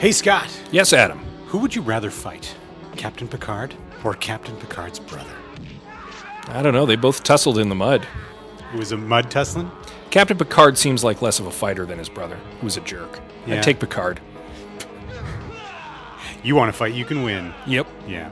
Hey, Scott, Yes, Adam. who would you rather fight? Captain Picard or Captain Picard's brother? I don't know. They both tussled in the mud. It was a mud tussling? Captain Picard seems like less of a fighter than his brother, who's a jerk. Yeah. I'd take Picard. You want to fight, you can win. Yep. Yeah.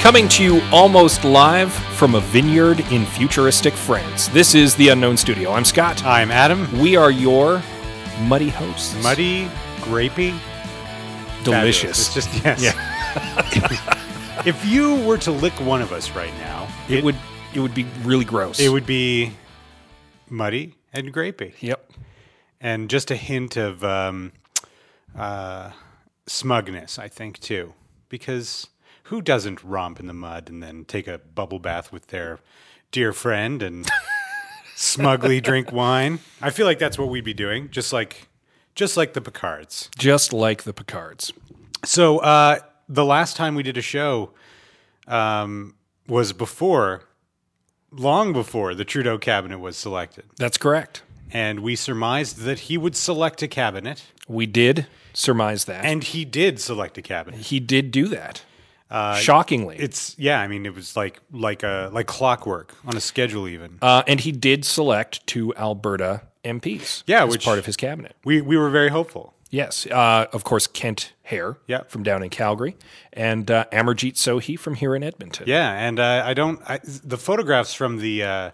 Coming to you almost live from a vineyard in futuristic France. This is the Unknown Studio. I'm Scott. Uh, I'm Adam. We are your muddy hosts. Muddy, grapey, fabulous. It's delicious. just, yes. Yeah. if you were to lick one of us right now, it, would it would be really gross. it would be muddy and grapey. Yep. and just a hint of um, uh, smugness, I think, too. Because who doesn't romp in the mud and then take a bubble bath with their dear friend and smugly drink wine? I feel like that's what we'd be doing, just like just like the Picards. Just like the Picards. So uh, the last time we did a show um, was before, long before the Trudeau cabinet was selected, That's correct. and we surmised that he would select a cabinet. We did surmise that. And he did select a cabinet. he did do that. Shockingly. Uh, It's yeah, I mean it was like like a like clockwork on a schedule even. Uh, and he did select two Alberta MPs. Yeah, as which- part of his cabinet. we we were very hopeful. Yes, uh, of course, Kent Hare Yeah. from down in Calgary, and uh, Amarjeet Sohi from here in Edmonton. Yeah, and uh, I don't I, the photographs from the uh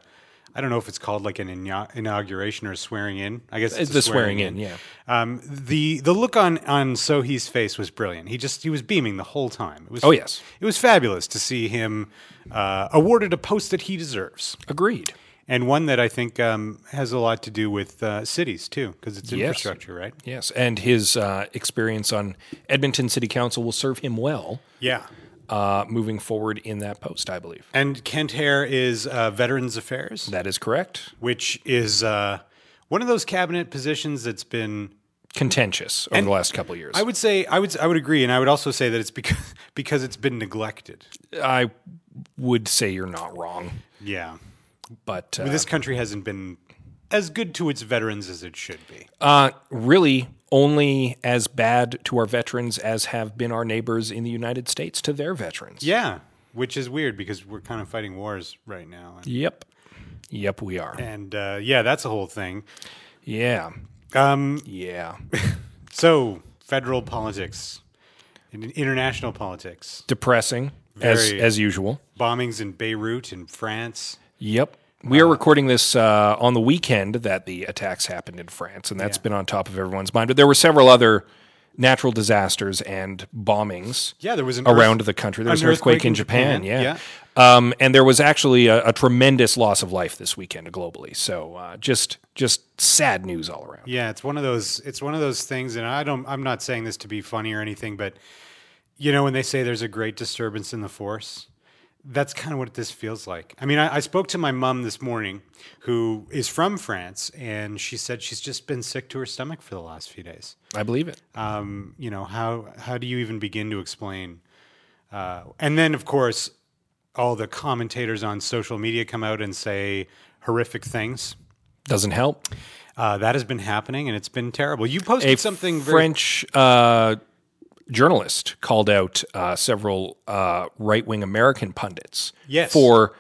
I don't know if it's called like an ina- inauguration or swearing in. I guess it's It's a the swearing in, yeah. Um, the the look on on Sohi's face was brilliant. He just he was beaming the whole time. It was Oh, yes. it was fabulous to see him uh, awarded a post that he deserves. Agreed. and one that I think um, has a lot to do with uh, cities too, because it's Yes. infrastructure, right? Yes, and his uh, experience on Edmonton City Council will serve him well Yeah. uh, moving forward in that post, I believe. And Kent Hare is uh, Veterans Affairs, That is correct. which is uh, one of those cabinet positions that's been. Contentious over the last couple of years. I would say I would I would agree, and I would also say that it's because because it's been neglected. I would say you're not wrong, Yeah, but uh, this country hasn't been as good to its veterans as it should be. Uh, really, only as bad to our veterans as have been our neighbors in the United States to their veterans. Yeah, which is weird because we're kind of fighting wars right now, and, Yep. Yep, we are. and uh, yeah, that's a whole thing. Yeah. Um, Yeah. So, federal politics, and international politics, Depressing as Very. as usual. bombings in Beirut and France. Yep. We are recording this uh, on the weekend that the attacks happened in France, and that's been on top of everyone's mind. But there were several other natural disasters and bombings. Yeah, there was an around earth- the country. There was an an earthquake earthquake, in in Japan, Japan, yeah. Um, and there was actually a, a tremendous loss of life this weekend globally. So uh, just just sad news all around. Yeah, it's one of those. It's one of those things, and I don't. I'm not saying this to be funny or anything, but you know, when they say there's a great disturbance in the force, that's kind of what this feels like. I mean, I, I spoke to my mom this morning, who is from France, and she said she's just been sick to her stomach for the last few days. I believe it. um, you know how how do you even begin to explain uh, and then of course all the commentators on social media come out and say horrific things Doesn't help. uh, that has been happening and it's been terrible you posted A something very French uh, journalist called out uh, several uh, right wing American pundits Yes. for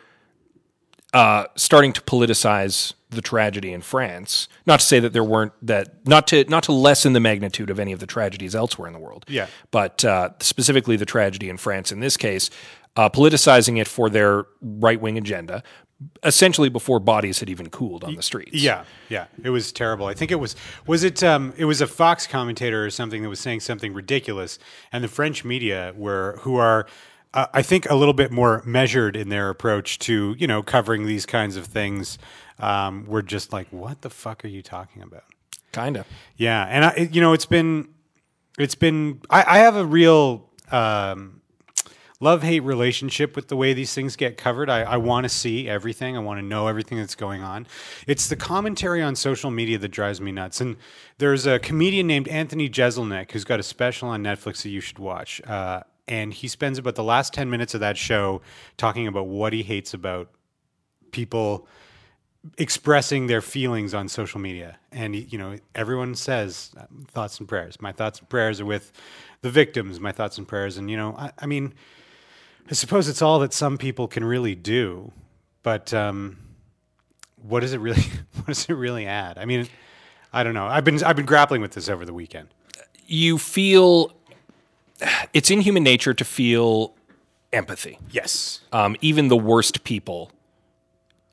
uh, starting to politicize the tragedy in France. Not to say that there weren't that not to not to lessen the magnitude of any of the tragedies elsewhere in the world. Yeah. but uh, specifically the tragedy in France in this case, uh, politicizing it for their right wing agenda. Essentially, before bodies had even cooled on the streets. yeah yeah it was terrible i think it was was it um, it was a fox commentator or something that was saying something ridiculous and the french media were who are uh, i think a little bit more measured in their approach to you know covering these kinds of things um, were just like what the fuck are you talking about kind of. Yeah, and I, it- you know, it's been, it's been. I, I have a real um, love hate relationship with the way these things get covered. I, I want to see everything. I want to know everything that's going on. It's the commentary on social media that drives me nuts. And there's a comedian named Anthony Jeselnik who's got a special on Netflix that you should watch. Uh, and he spends about the last 10 minutes of that show talking about what he hates about people expressing their feelings on social media. And, you know, everyone says uh, thoughts and prayers. My thoughts and prayers are with the victims, my thoughts and prayers. And, you know, I, I mean, I suppose it's all that some people can really do, but um, what does it really, what does it really add? I mean, I don't know. I've been, I've been grappling with this over the weekend. You feel it's in human nature to feel empathy. Yes. Um, even the worst people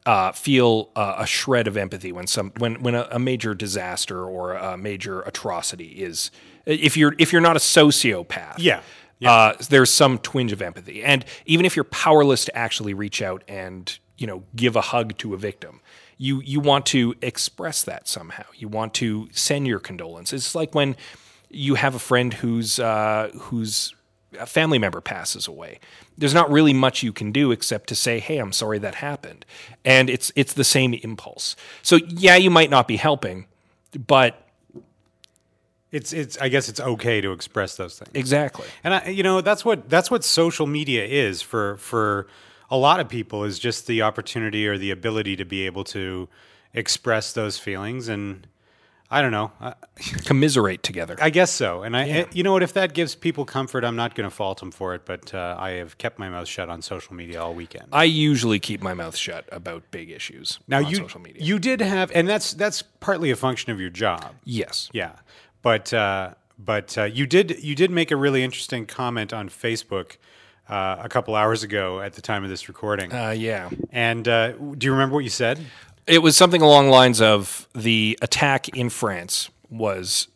uh, feel uh, a shred of empathy when some when when a, a major disaster or a major atrocity is. If you're if you're not a sociopath, Yeah. Uh, there's some twinge of empathy, and even if you're powerless to actually reach out and you know give a hug to a victim, you you want to express that somehow. You want to send your condolences. It's like when you have a friend who's uh, who's a family member passes away. There's not really much you can do except to say, "Hey, I'm sorry that happened," and it's it's the same impulse. So yeah, you might not be helping, but It's, it's, I guess it's okay to express those things. exactly. And I, you know, that's what that's what social media is for for a lot of people is just the opportunity or the ability to be able to express those feelings and I don't know. I, Commiserate together. I guess so. And I, you know what? If that gives people comfort, I'm not going to fault them for it. But uh, I have kept my mouth shut on social media all weekend. I usually keep my mouth shut about big issues now on you social media. you did have, and that's that's partly a function of your job. yes. Yeah, but uh, but uh, you did you did make a really interesting comment on Facebook uh, a couple hours ago at the time of this recording. Uh, yeah. and uh, do you remember what you said? It was something along the lines of the attack in France was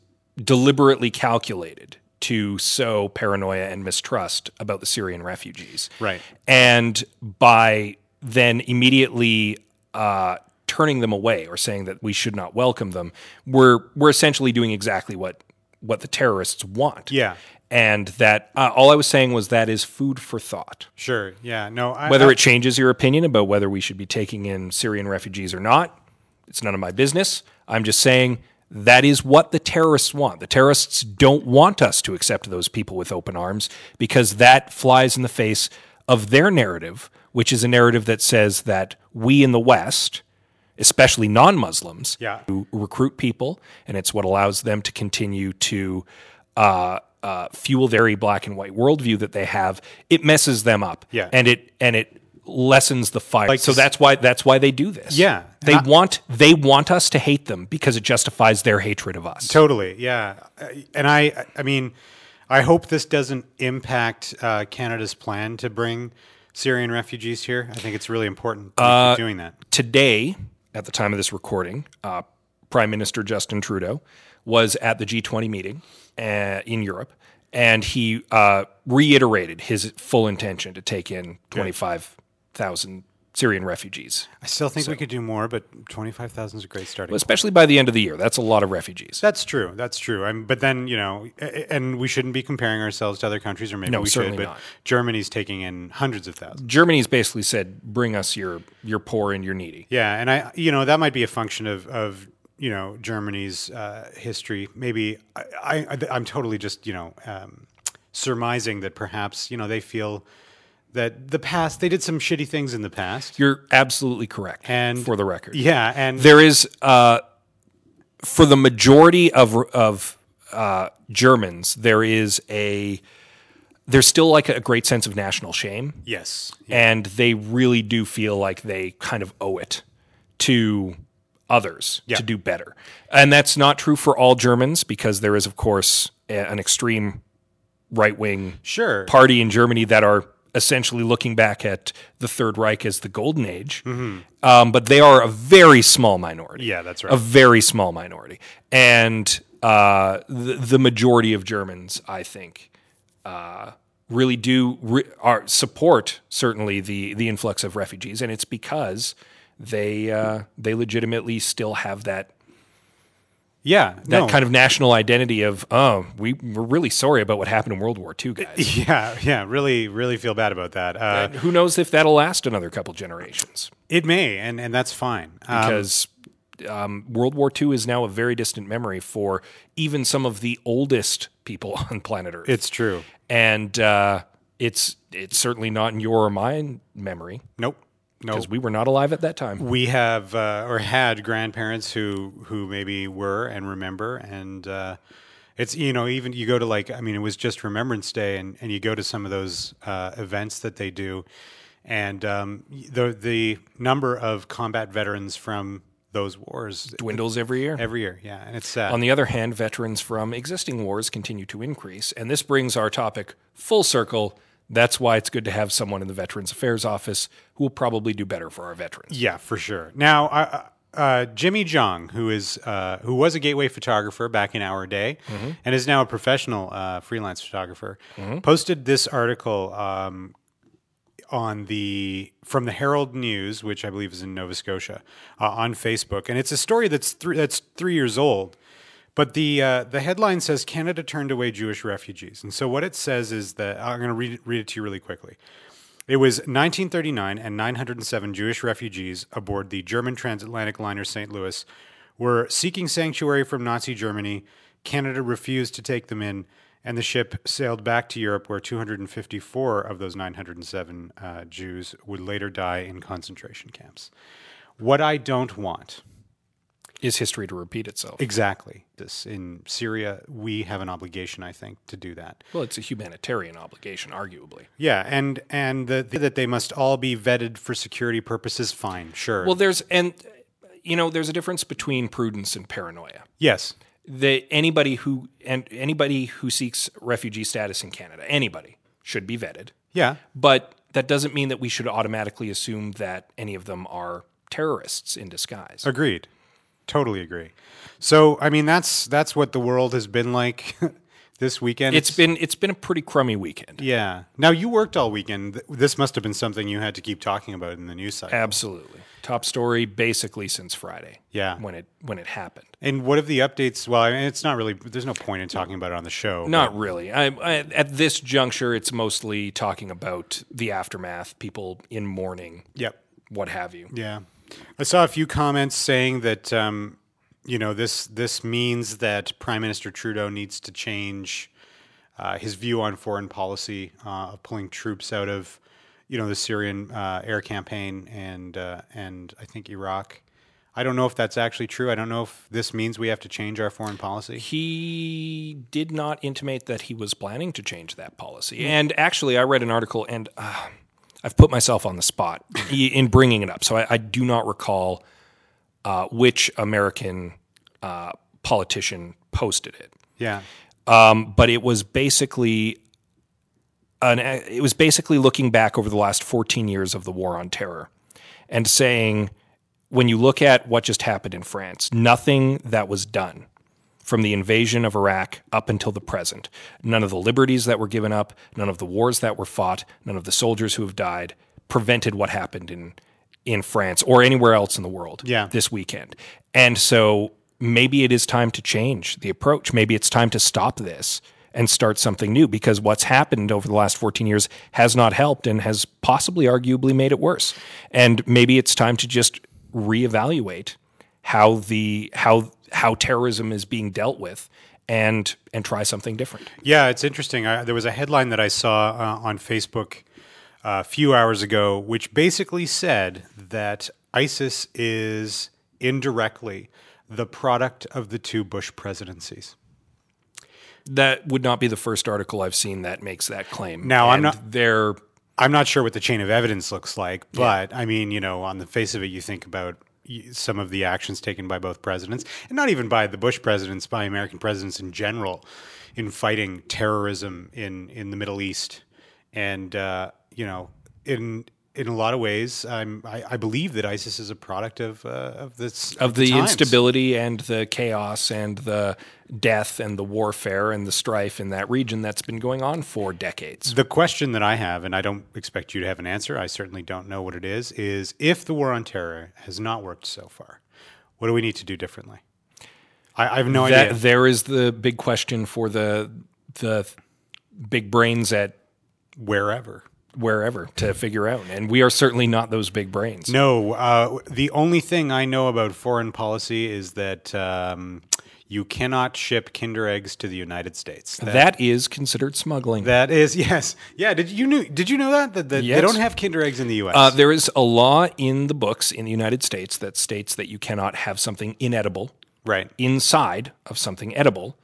deliberately calculated to sow paranoia and mistrust about the Syrian refugees. Right. And by then immediately uh, turning them away or saying that we should not welcome them, we're we're essentially doing exactly what what the terrorists want. Yeah. And that uh, all I was saying was that is food for thought. Sure. Yeah. No. I, Whether it changes your opinion about whether we should be taking in Syrian refugees or not, it's none of my business. I'm just saying that is what the terrorists want. The terrorists don't want us to accept those people with open arms because that flies in the face of their narrative, which is a narrative that says that we in the West, especially non Muslims, Yeah. who recruit people, and it's what allows them to continue to uh, uh, fuel their black and white worldview that they have. It messes them up, Yeah. and it and it lessens the fire. so that's why that's why they do this. Yeah. they want they want us to hate them because it justifies their hatred of us. Totally, yeah. Uh, And I, I mean, I hope this doesn't impact uh, Canada's plan to bring Syrian refugees here. I think it's really important to Uh, keep doing that. Today, at the time of this recording, uh, Prime Minister Justin Trudeau was at the G20 meeting uh, in Europe, and he uh, reiterated his full intention to take in 25,000 Syrian refugees, I still think we could do more, but twenty-five thousand is a great starting. especially by the end of the year. That's a lot of refugees. That's true. That's true. I'm, but then you know, a- a- and we shouldn't be comparing ourselves to other countries, or maybe No, we should. certainly But not. Germany's taking in hundreds of thousands. Germany's basically said, "Bring us your your poor and your needy." Yeah, and I, you know, that might be a function of of you know Germany's uh, history. Maybe I, I, I'm totally just you know um, surmising that perhaps you know they feel that the past they did some shitty things in the past. You're absolutely correct. And- for the record, Yeah, and there is uh, for the majority of of uh, Germans, there is a there's still like a great sense of national shame, yes, and they really do feel like they kind of owe it to others to do better. And that's not true for all Germans because there is, of course, a- an extreme right wing sure, party in Germany that are essentially looking back at the Third Reich as the Golden Age. Um, but they are a very small minority. Mm-hmm. Yeah, that's right. A very small minority. And uh, the, the majority of Germans, I think, uh, really do re- are, support certainly the, the influx of refugees. And it's because they, uh, they legitimately still have that Yeah. That no. kind of national identity of, oh, we, we're really sorry about what happened in World War II, guys. Yeah. Yeah. Really, really feel bad about that. Uh, And who knows if that'll last another couple generations? It may, and, and that's fine. Uh, Because um, World War II is now a very distant memory for even some of the oldest people on planet Earth. it's true. and uh, it's it's certainly not in your or mine memory Nope. Nope. because we were not alive at that time. we have uh, or had grandparents who who maybe were and remember and uh, it's you know even you go to like i mean it was just remembrance day and, and you go to some of those uh, events that they do and um, the the number of combat veterans from those wars Dwindles every year. every year yeah and it's sad On the other hand, veterans from existing wars continue to increase, and this brings our topic full circle. That's why it's good to have someone in the Veterans Affairs Office who will probably do better for our veterans. Yeah, for sure. Now, uh, uh, Jimmy Jong, who is uh, who was a gateway photographer back in our day, and is now a professional uh, freelance photographer, posted this article um, on the from the Herald News, which I believe is in Nova Scotia, uh, on Facebook, and it's a story that's three that's three years old. But the uh, the headline says Canada turned away Jewish refugees, and so what it says is that I'm going to read it, read it to you really quickly. It was 1939, and 907 Jewish refugees aboard the German transatlantic liner St. Louis were seeking sanctuary from Nazi Germany. Canada refused to take them in, and the ship sailed back to Europe, where 254 of those 907 uh, Jews would later die in concentration camps. What I don't want. Is history to repeat itself? Exactly. This in Syria, we have an obligation, I think, to do that. Well, it's a humanitarian obligation, arguably. Yeah, and and the, that they must all be vetted for security purposes. Fine, sure. Well, there's and you know there's a difference between prudence and paranoia. Yes. that anybody who and anybody who seeks refugee status in Canada, anybody should be vetted. Yeah. But that doesn't mean that we should automatically assume that any of them are terrorists in disguise. Agreed. Totally agree. So, I mean, that's that's what the world has been like this weekend. It's been it's been a pretty crummy weekend. yeah. Now you worked all weekend. Th- This must have been something you had to keep talking about in the news cycle. Absolutely. Top story basically since Friday. Yeah. When it when it happened. And what of the updates? Well, I mean, it's not really. There's no point in talking about it on the show. Not really. I, I, at this juncture, it's mostly talking about the aftermath, people in mourning, Yep. what have you. Yeah, I saw a few comments saying that um, you know this this means that Prime Minister Trudeau needs to change uh, his view on foreign policy uh, of pulling troops out of you know the Syrian uh, air campaign and uh, and I think Iraq. I don't know if that's actually true. I don't know if this means we have to change our foreign policy. He did not intimate that he was planning to change that policy. And actually, I read an article and uh, I've put myself on the spot i- in bringing it up. So I, I do not recall uh, which American uh, politician posted it. Yeah, Um, but it was basically an it was basically looking back over the last 14 years of the war on terror and saying when you look at what just happened in France nothing that was done from the invasion of Iraq up until the present none of the liberties that were given up none of the wars that were fought none of the soldiers who have died prevented what happened in in France or anywhere else in the world Yeah. this weekend and so maybe it is time to change the approach maybe it's time to stop this and start something new because what's happened over the last 14 years has not helped and has possibly arguably made it worse. And maybe it's time to just reevaluate how the how how terrorism is being dealt with and and try something different. Yeah, it's interesting. I, there was a headline that I saw uh, on Facebook uh, a few hours ago, which basically said that ISIS is indirectly the product of the two Bush presidencies. That would not be the first article I've seen that makes that claim. Now, I'm And they're I'm not sure what the chain of evidence looks like, but I mean, you know, on the face of it, you think about y- some of the actions taken by both presidents, and not even by the Bush presidents, by American presidents in general, in fighting terrorism in in the Middle East, and uh, you know, in in a lot of ways, I'm, I, I believe that ISIS is a product of uh, of this of the, times. instability and the chaos and the death and the warfare and the strife in that region that's been going on for decades. The question that I have, and I don't expect you to have an answer, I certainly don't know what it is, is if the war on terror has not worked so far, what do we need to do differently? I, I have no that idea. there is the big question for the the big brains at Wherever. wherever to figure out, and we are certainly not those big brains. No, uh, the only thing I know about foreign policy is that um, you cannot ship Kinder eggs to the United States. That, That is considered smuggling. that is yes, yeah. Did you knew? Did you know that that, that Yes. they don't have Kinder eggs in the U.S. Uh, there is a law in the books in the United States that states that you cannot have something inedible right? inside of something edible,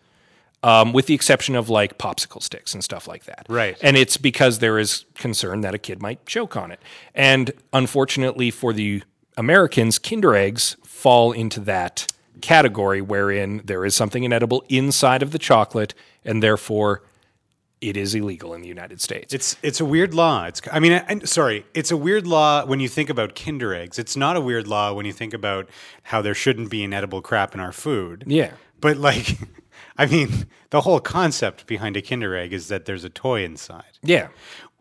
um, with the exception of like popsicle sticks and stuff like that. Right. And it's because there is concern that a kid might choke on it. And unfortunately for the Americans, Kinder eggs fall into that category wherein there is something inedible inside of the chocolate and therefore it is illegal in the United States. It's it's a weird law. It's I mean, I, I'm sorry, it's a weird law when you think about Kinder eggs. It's not a weird law when you think about how there shouldn't be inedible crap in our food. yeah. But like, I mean, the whole concept behind a Kinder egg is that there's a toy inside. Yeah.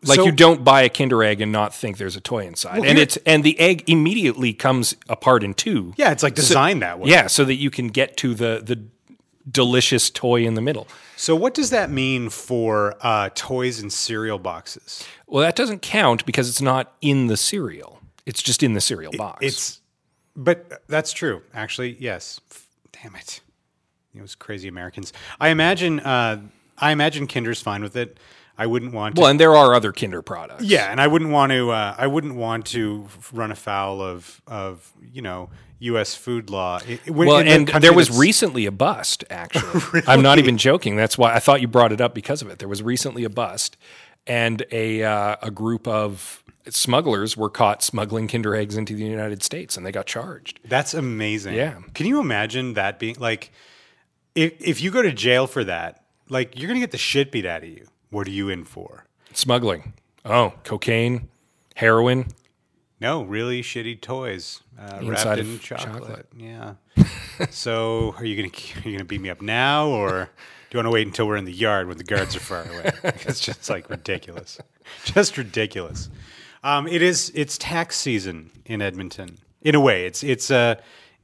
Like So- you don't buy a Kinder egg and not think there's a toy inside. and here- it's and the egg immediately comes apart in two. Yeah, it's like designed that way. Yeah, so that you can get to the the delicious toy in the middle. So what does that mean for uh, toys and cereal boxes? Well, that doesn't count because it's not in the cereal. It's just in the cereal box. It's, but that's true. Actually, yes. F- Damn it, those crazy Americans. I imagine. Uh, I imagine Kinder's fine with it. I wouldn't want. To, well, and there are other Kinder products. yeah, and I wouldn't want to. Uh, I wouldn't want to f- run afoul of of you know U.S. food law. I- I- when- Well, in a and country there was that's- recently a bust, actually. I'm not even joking. That's why I thought you brought it up because of it. There was recently a bust, and a, uh, a group of smugglers were caught smuggling Kinder Eggs into the United States, and they got charged. That's amazing. Yeah. Can you imagine that being like, if if you go to jail for that, like you're gonna get the shit beat out of you. What are you in for? Smuggling. Oh, cocaine, heroin. No, really shitty toys uh, wrapped Inside of in chocolate. chocolate. Yeah. so are you gonna are you gonna beat me up now, or do you want to wait until we're in the yard when the guards are far away? it's just like ridiculous, just ridiculous. Um, it is. It's tax season in Edmonton. In a way, it's it's uh,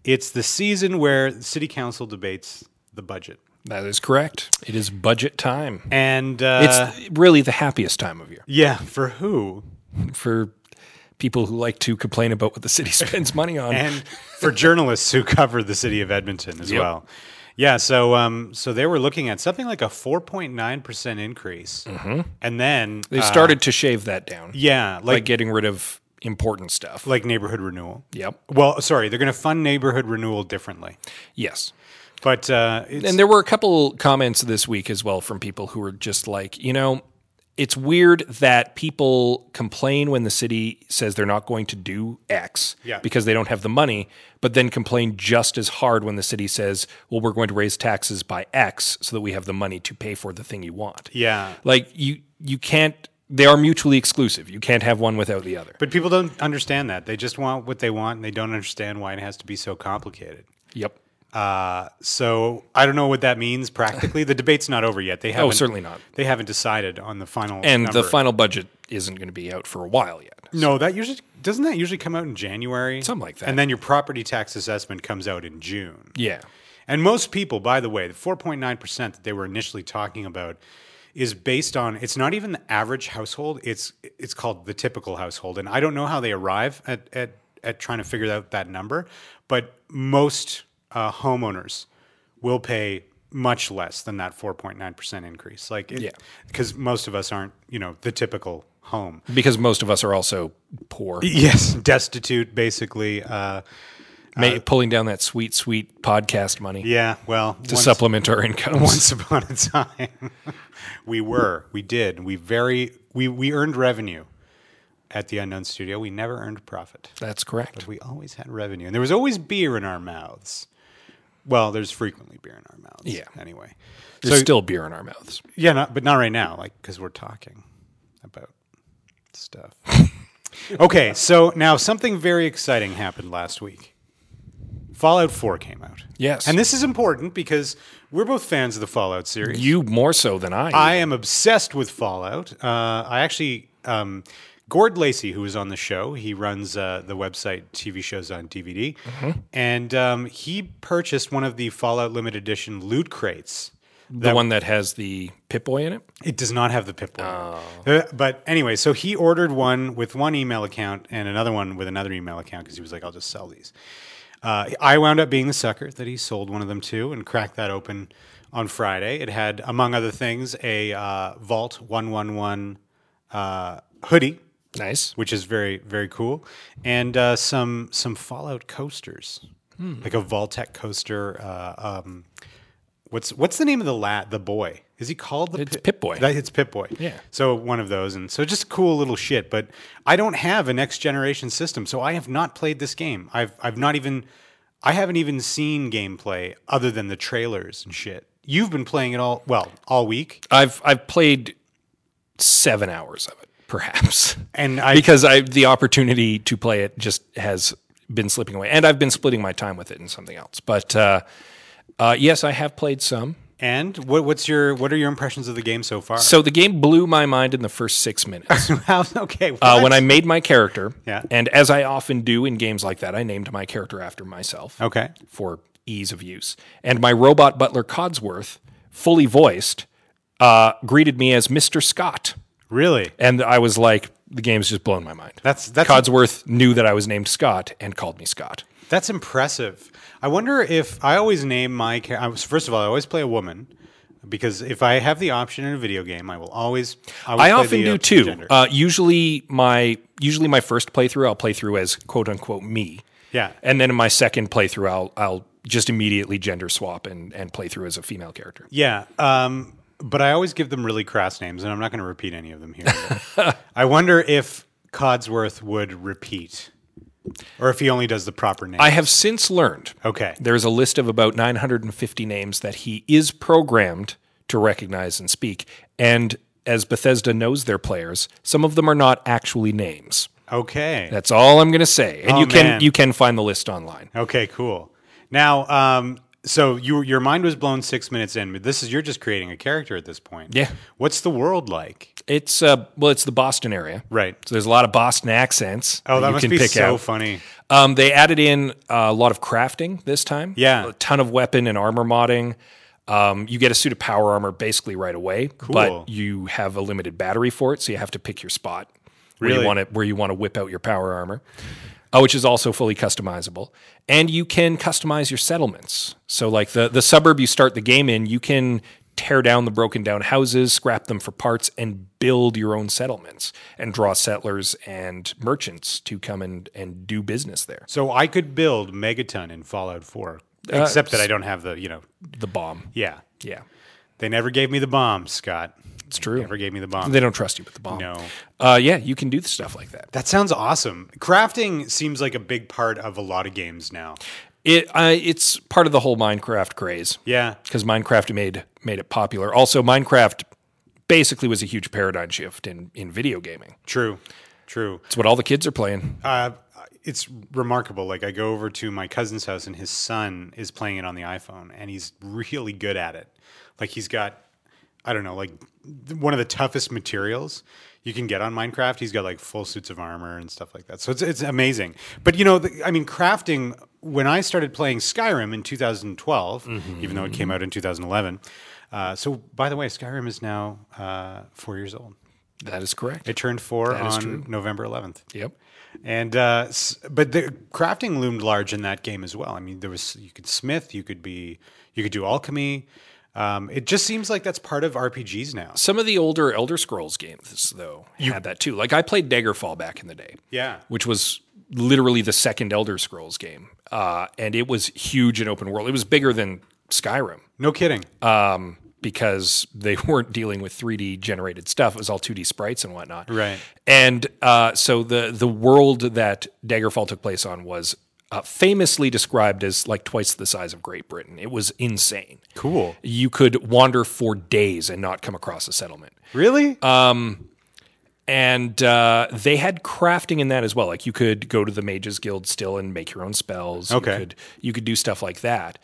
it's the season where city council debates the budget, That is correct. It is budget time. and uh, It's really the happiest time of year yeah for who for people who like to complain about what the city spends money on. and for journalists who cover the city of Edmonton as Yep. well. Yeah, so um, so they were looking at something like a 4.9 percent increase, and then Mm-hmm. they uh, started to shave that down. yeah, like By like, getting rid of important stuff. neighborhood renewal. Yep. Well, sorry, they're going to fund neighborhood renewal differently, Yes. but uh, it's, And there were a couple comments this week as well from people who were just like, you know, it's weird that people complain when the city says they're not going to do X Yeah. because they don't have the money, but then complain just as hard when the city says, well, we're going to raise taxes by X so that we have the money to pay for the thing you want. yeah, Like you you can't they are mutually exclusive. You can't have one without the other. but people don't understand that. They just want what they want, and they don't understand why it has to be so complicated. Yep. Uh, so I don't know what that means practically. the debate's not over yet. They haven't Oh, certainly not. They haven't decided on the final And number. the final budget isn't going to be out for a while yet. No, that usually doesn't that usually come out in January, Something like that. and then your property tax assessment comes out in June. Yeah. And most people, by the way, the four point nine percent that they were initially talking about is based on it's not even the average household; it's it's called the typical household. And I don't know how they arrive at at at trying to figure out that number, but most uh, homeowners will pay much less than that four point nine percent increase. Like, Yeah. because most of us aren't you know the typical home. Because most of us are also poor. Yes, destitute, basically. Uh, Ma- pulling down that sweet, sweet podcast money yeah, well, to once, supplement our incomes. once upon a time, we were, we did, we very, we we earned revenue at the Unknown Studio. We never earned profit. That's correct. We always had revenue, and there was always beer in our mouths. Well, there's frequently beer in our mouths. Yeah. Anyway, There's so still beer in our mouths. yeah, not, but not right now, like because we're talking about stuff. okay, so now something very exciting happened last week. Fallout 4 came out. Yes. And this is important because we're both fans of the Fallout series. You more so than I. I am obsessed with Fallout. Uh, I actually um, Gord Lacey, who was on the show, he runs uh, the website TV Shows on DVD, and um, he purchased one of the Fallout Limited Edition loot crates. The one that has the Pip Boy in it. It does not have the pip boy. Uh, but anyway, so he ordered one with one email account and another one with another email account because he was like, I'll just sell these. Uh, I wound up being the sucker that he sold one of them to and cracked that open on Friday. It had, among other things, a uh, Vault 111 uh, hoodie, Nice. which is very, very cool, and uh, some, some Fallout coasters, Hmm. like a Vault-Tec coaster. Uh, um, what's, what's the name of the lat, the boy? Is he called the It's Pip Boy. that it's Pip Boy. Yeah. So one of those, and so just cool little shit. But I don't have a next generation system, so I have not played this game. I've I've not even I haven't even seen gameplay other than the trailers and shit. You've been playing it all well all week, I've I've played seven hours of it, perhaps. and I because I the opportunity to play it just has been slipping away, and I've been splitting my time with it in something else. But uh, uh, yes, I have played some. and what, what's your what are your impressions of the game so far? So the game blew my mind in the first six minutes Wow, okay, uh, what? when I made my character. Yeah. And as I often do in games like that, I named my character after myself okay, for ease of use. And my robot butler Codsworth, fully voiced, uh, greeted me as Mister Scott, really, and I was like, the game's just blown my mind. that's that's Codsworth knew that I was named Scott and called me Scott. That's impressive. I wonder if I always name my character. First of all, I always play a woman because if I have the option in a video game, I will always. always I play often the, do uh, too. gender. Uh, usually my usually my first playthrough I'll play through as quote unquote me. Yeah. And then in my second playthrough I'll I'll just immediately gender swap and and play through as a female character. yeah. Um, but I always give them really crass names, and I'm not going to repeat any of them here. I wonder if Codsworth would repeat, or if he only does the proper name. I have since learned okay. there's a list of about 950 names that he is programmed to recognize and speak and as Bethesda knows their players, some of them are not actually names. Okay. That's all I'm going to say. And Oh, you can man. you can find the list online. Okay, cool. Now, um, so you your mind was blown six minutes in, but this is you're just creating a character at this point. Yeah. What's the world like? It's uh well it's the Boston area. Right. So there's a lot of Boston accents. Oh, that you must can be pick so out. funny. Um, they added in a lot of crafting this time. Yeah. a ton of weapon and armor modding. Um, you get a suit of power armor basically right away, Cool. but you have a limited battery for it, so you have to pick your spot where Really? you want to where you want to whip out your power armor, uh, which is also fully customizable. And you can customize your settlements. So, like the the suburb you start the game in, you can tear down the broken down houses, scrap them for parts, and build your own settlements and draw settlers and merchants to come and and do business there. So I could build Megaton in Fallout 4, Uh, except that I don't have the, you know, The bomb, yeah. yeah, They never gave me the bomb, Scott. it's true. Never gave me the bomb. They don't trust you with the bomb. No. Uh, yeah, you can do stuff like that. That sounds awesome. Crafting seems like a big part of a lot of games now. It uh, it's part of the whole Minecraft craze. Yeah. because Minecraft made made it popular. Also, Minecraft basically was a huge paradigm shift in in video gaming. True. True. It's what all the kids are playing. Uh, it's remarkable. Like I go over to my cousin's house, and his son is playing it on the iPhone, and he's really good at it. Like he's got, I don't know, like th- one of the toughest materials you can get on Minecraft. He's got like full suits of armor and stuff like that. So it's it's amazing. But you know, the, I mean, crafting. When I started playing Skyrim in 2012, even though it came out in 2011. Uh, so, by the way, Skyrim is now uh, four years old. That is correct. It turned four on November 11th. Yep. And uh, s- but the crafting loomed large in that game as well. I mean, there was you could smith, you could be, you could do alchemy. Um, it just seems like that's part of RPGs now. Some of the older Elder Scrolls games, though, had that too. Like I played Daggerfall back in the day. Yeah. which was literally the second Elder Scrolls game, uh, and it was huge in open world. It was bigger than Skyrim. No kidding. um, because they weren't dealing with 3D generated stuff. It was all 2D sprites and whatnot. Right. And uh, so the the world that Daggerfall took place on was uh, famously described as like twice the size of Great Britain. It was insane. cool. You could wander for days and not come across a settlement Really? Uh, and uh, they had crafting in that as well. Like you could go to the Mages Guild still and make your own spells. Okay. You could, you could do stuff like that.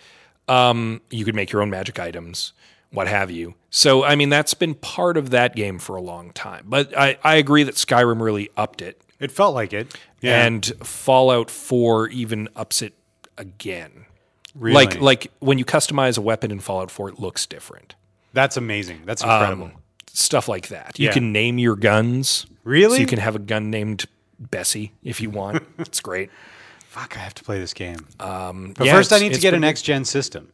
Um, you could make your own magic items, what have you. So, I mean, that's been part of that game for a long time. But I, I agree that Skyrim really upped it, It felt like it. Yeah. and Fallout 4 even ups it again. really. Like, like when you customize a weapon in Fallout 4, it looks different. that's amazing. That's um, incredible. Stuff like that. You Yeah. can name your guns. Really? So you can have a gun named Bessie if you want. it's great. Fuck, I have to play this game. but yeah, first, I uh, it's- need to it's get pretty an good. next gen system.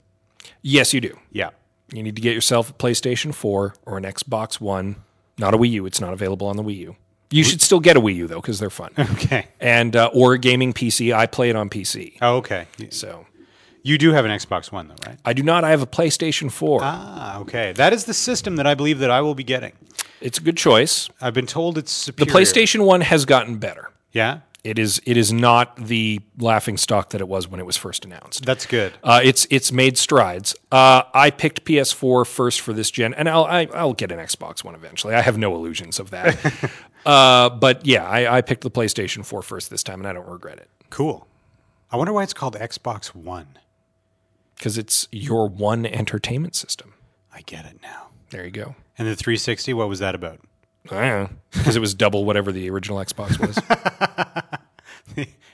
Yes, you do. Yeah. You need to get yourself a PlayStation 4 or an Xbox One, not a Wii U. It's not available on the Wii U. You should still get a Wii U though, because they're fun. Okay. and uh, or a gaming PC. I play it on PC, Oh, okay. so You do have an Xbox One, though, right? I do not. I have a PlayStation 4. Ah, okay. That is the system that I believe that I will be getting. It's a good choice. I've been told it's The superior. PlayStation One has gotten better. Yeah, It is it is not the laughing stock that it was when it was first announced. that's good. Uh, it's it's made strides. Uh, I picked PS4 first for this gen, and I'll I, I'll get an Xbox One eventually. I have no illusions of that. uh, but yeah, I, I picked the PlayStation 4 first this time, and I don't regret it Cool. I wonder why it's called Xbox One. because it's your one entertainment system. I get it now. There you go. And the 360, what was that about? because it was double whatever the original Xbox was.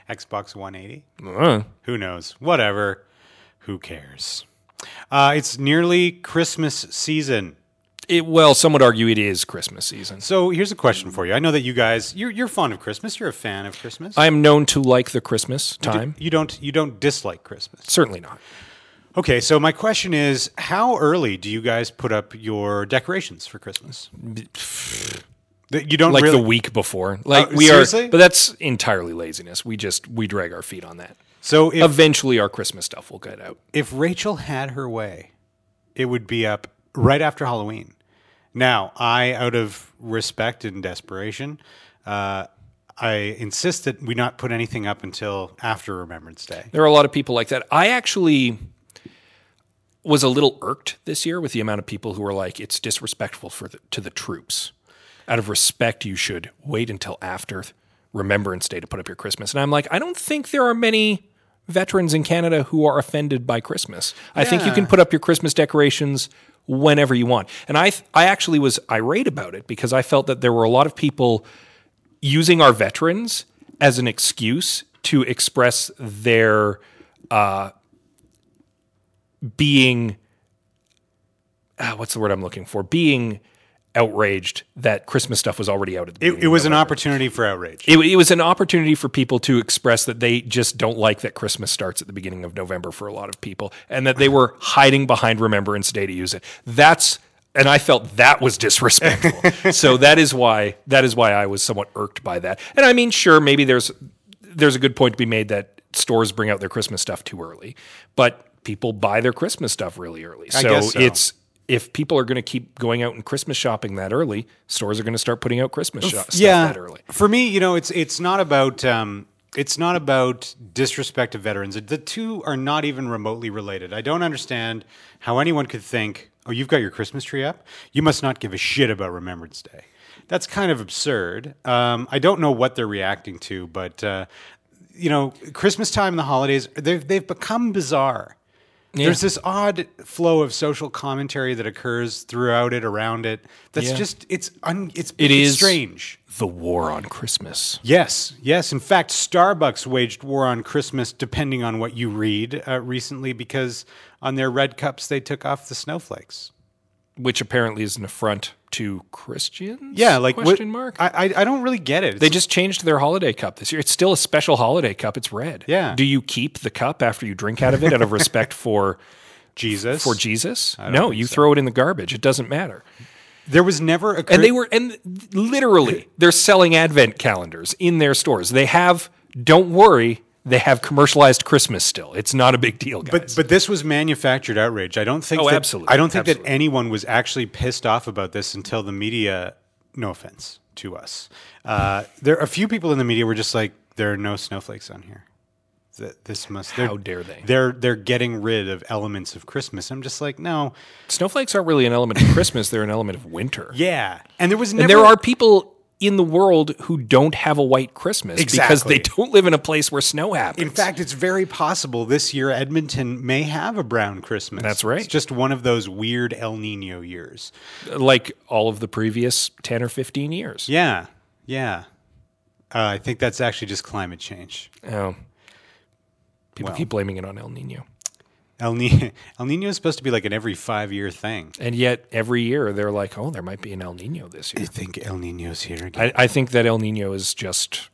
Xbox 180? Uh, Who knows? Whatever. Who cares? Uh, it's nearly Christmas season. it, well, some would argue it is Christmas season. So here's a question for you. I know that you guys, you're, you're fond of Christmas. You're a fan of Christmas. I am known to like the Christmas time. you don't you don't dislike Christmas. Certainly not. Okay, so my question is how early do you guys put up your decorations for Christmas? That You don't Like really the week before. Like Oh, we seriously? are, but that's entirely laziness. We just we drag our feet on that. So if Eventually, our Christmas stuff will get out. if Rachel had her way, it would be up right after Halloween. Now, I out of respect and desperation, uh I insist that we not put anything up until after Remembrance Day. There are a lot of people like that. I actually was a little irked this year with the amount of people who were like, "It's disrespectful for the, to the troops." Out of respect, you should wait until after Remembrance Day to put up your Christmas. And I'm like, I don't think there are many veterans in Canada who are offended by Christmas. I think you Yeah. can put up your Christmas decorations whenever you want. And I, I actually was irate about it because I felt that there were a lot of people using our veterans as an excuse to express their uh, being ah, what's the word I'm looking for? Being outraged that Christmas stuff was already out at the It, it was an opportunity for outrage. it, it was an opportunity for people to express that they just don't like that Christmas starts at the beginning of November for a lot of people, and that they were hiding behind Remembrance Day to use it. That's and I felt that was disrespectful. so that is why that is why I was somewhat irked by that. And I mean, sure, maybe there's there's a good point to be made that stores bring out their Christmas stuff too early, but people buy their Christmas stuff really early. So, guess so. it's if people are going to keep going out and Christmas shopping that early, stores are going to start putting out Christmas sho- stuff that early. For me, you know, it's it's not about um, it's not about disrespect to veterans. The two are not even remotely related. I don't understand how anyone could think, "Oh, you've got your Christmas tree up. You must not give a shit about Remembrance Day." That's kind of absurd. Um, I don't know what they're reacting to, but uh, you know, Christmas time and the holidays they've they've become bizarre. There's this odd flow of social commentary that occurs throughout it, around it. That's Yeah. just it's un, it's It it's is- strange. the war on Christmas. Yes, yes. In fact, Starbucks waged war on Christmas, depending on what you read uh, recently, because on their red cups they took off the snowflakes. Which apparently is an affront to Christians? Yeah, like what- question mark. I, I I don't really get it. It's- they just changed their holiday cup this year. It's still a special holiday cup. It's red. Yeah. Do you keep the cup after you drink out of it out of respect for Jesus. for Jesus? No, you throw it in the garbage. It doesn't matter. there was never a And they were and literally they're selling advent calendars in their stores. They have don't worry, they have commercialized Christmas still. It's not a big deal, guys. But but this was manufactured outrage. I don't think. Oh, that, absolutely. I don't think that Absolutely. anyone was actually pissed off about this until the media. No offense to us. Uh, there, a few people in the media were just like, "There are no snowflakes on here. Th- This must. they're- How dare they. They're they're getting rid of elements of Christmas. I'm just like, no, Snowflakes aren't really an element of Christmas, they're an element of winter. yeah. And there was never. And there are people in the world who don't have a white Christmas because Exactly. they don't live in a place where snow happens. In fact, it's very possible this year Edmonton may have a brown Christmas. That's right. It's just one of those weird El Nino years. like all of the previous 10 or 15 years. Yeah, yeah. Uh, I think that's actually just climate change. Oh. People keep blaming it on El Nino. El Nino, El Nino is supposed to be like an every five year thing. And yet every year they're like, oh, there might be an El Nino this I year. think El Nino's here again. I, I think that El Nino is just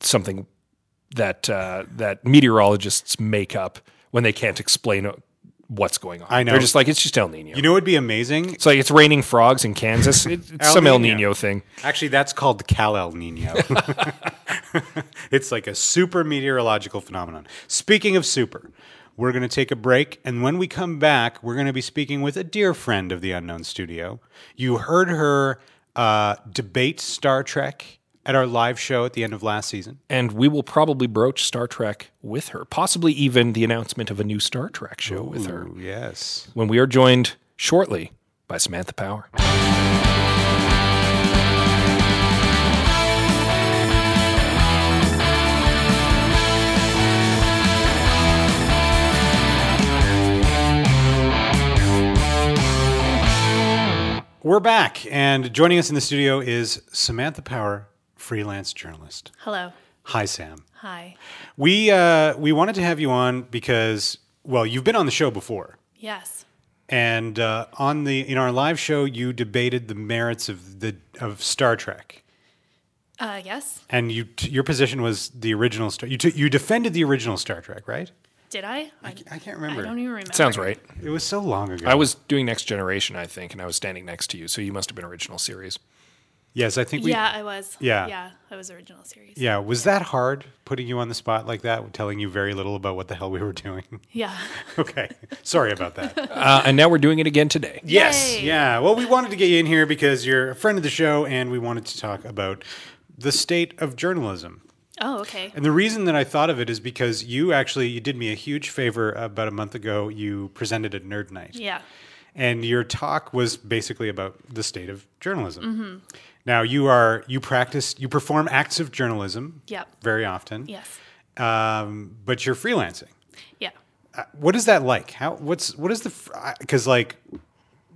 something that uh, that meteorologists make up when they can't explain uh, what's going on. I know. They're just like, it's just El Nino. you know what'd be amazing? it's like it's raining frogs in Kansas. It, it's some El Nino. Nino thing. Actually, that's called Cal El Nino. it's like a super meteorological phenomenon. Speaking of super, we're going to take a break. And when we come back, we're going to be speaking with a dear friend of the Unknown Studio. You heard her uh, debate Star Trek at our live show at the end of last season. and we will probably broach Star Trek with her, possibly even the announcement of a new Star Trek show with her Ooh, yes. when we are joined shortly by Samantha Power. We're back. And joining us in the studio is Samantha Power, freelance journalist. Hello. Hi, Sam. Hi. We uh, we wanted to have you on because well, you've been on the show before, Yes. and uh, on the in our live show, you debated the merits of the of Star Trek, Uh, yes. and you t- your position was the original Star. You t- you defended the original Star Trek, right? Did I? I, I can't I remember. don't even remember. Sounds right. it was so long ago. I was doing Next Generation, I think, and I was standing next to you, so you must have been original series. yes, I think we. yeah, I was. Yeah. Yeah, I was original series. Yeah, was that hard putting you on the spot like that, telling you very little about what the hell we were doing? Yeah. okay, sorry about that. Uh, and now we're doing it again today. Yes. Yay. Yeah. Well, we wanted to get you in here because you're a friend of the show and we wanted to talk about the state of journalism. Oh, okay. And the reason that I thought of it is because you actually you did me a huge favor about a month ago. You presented at Nerd Night. Yeah. And your talk was basically about the state of journalism. Mm-hmm. Now you are you practice you perform acts of journalism. Yep. Very often. Yes. Um, but you're freelancing Yeah. what is that like? How what's what is the because like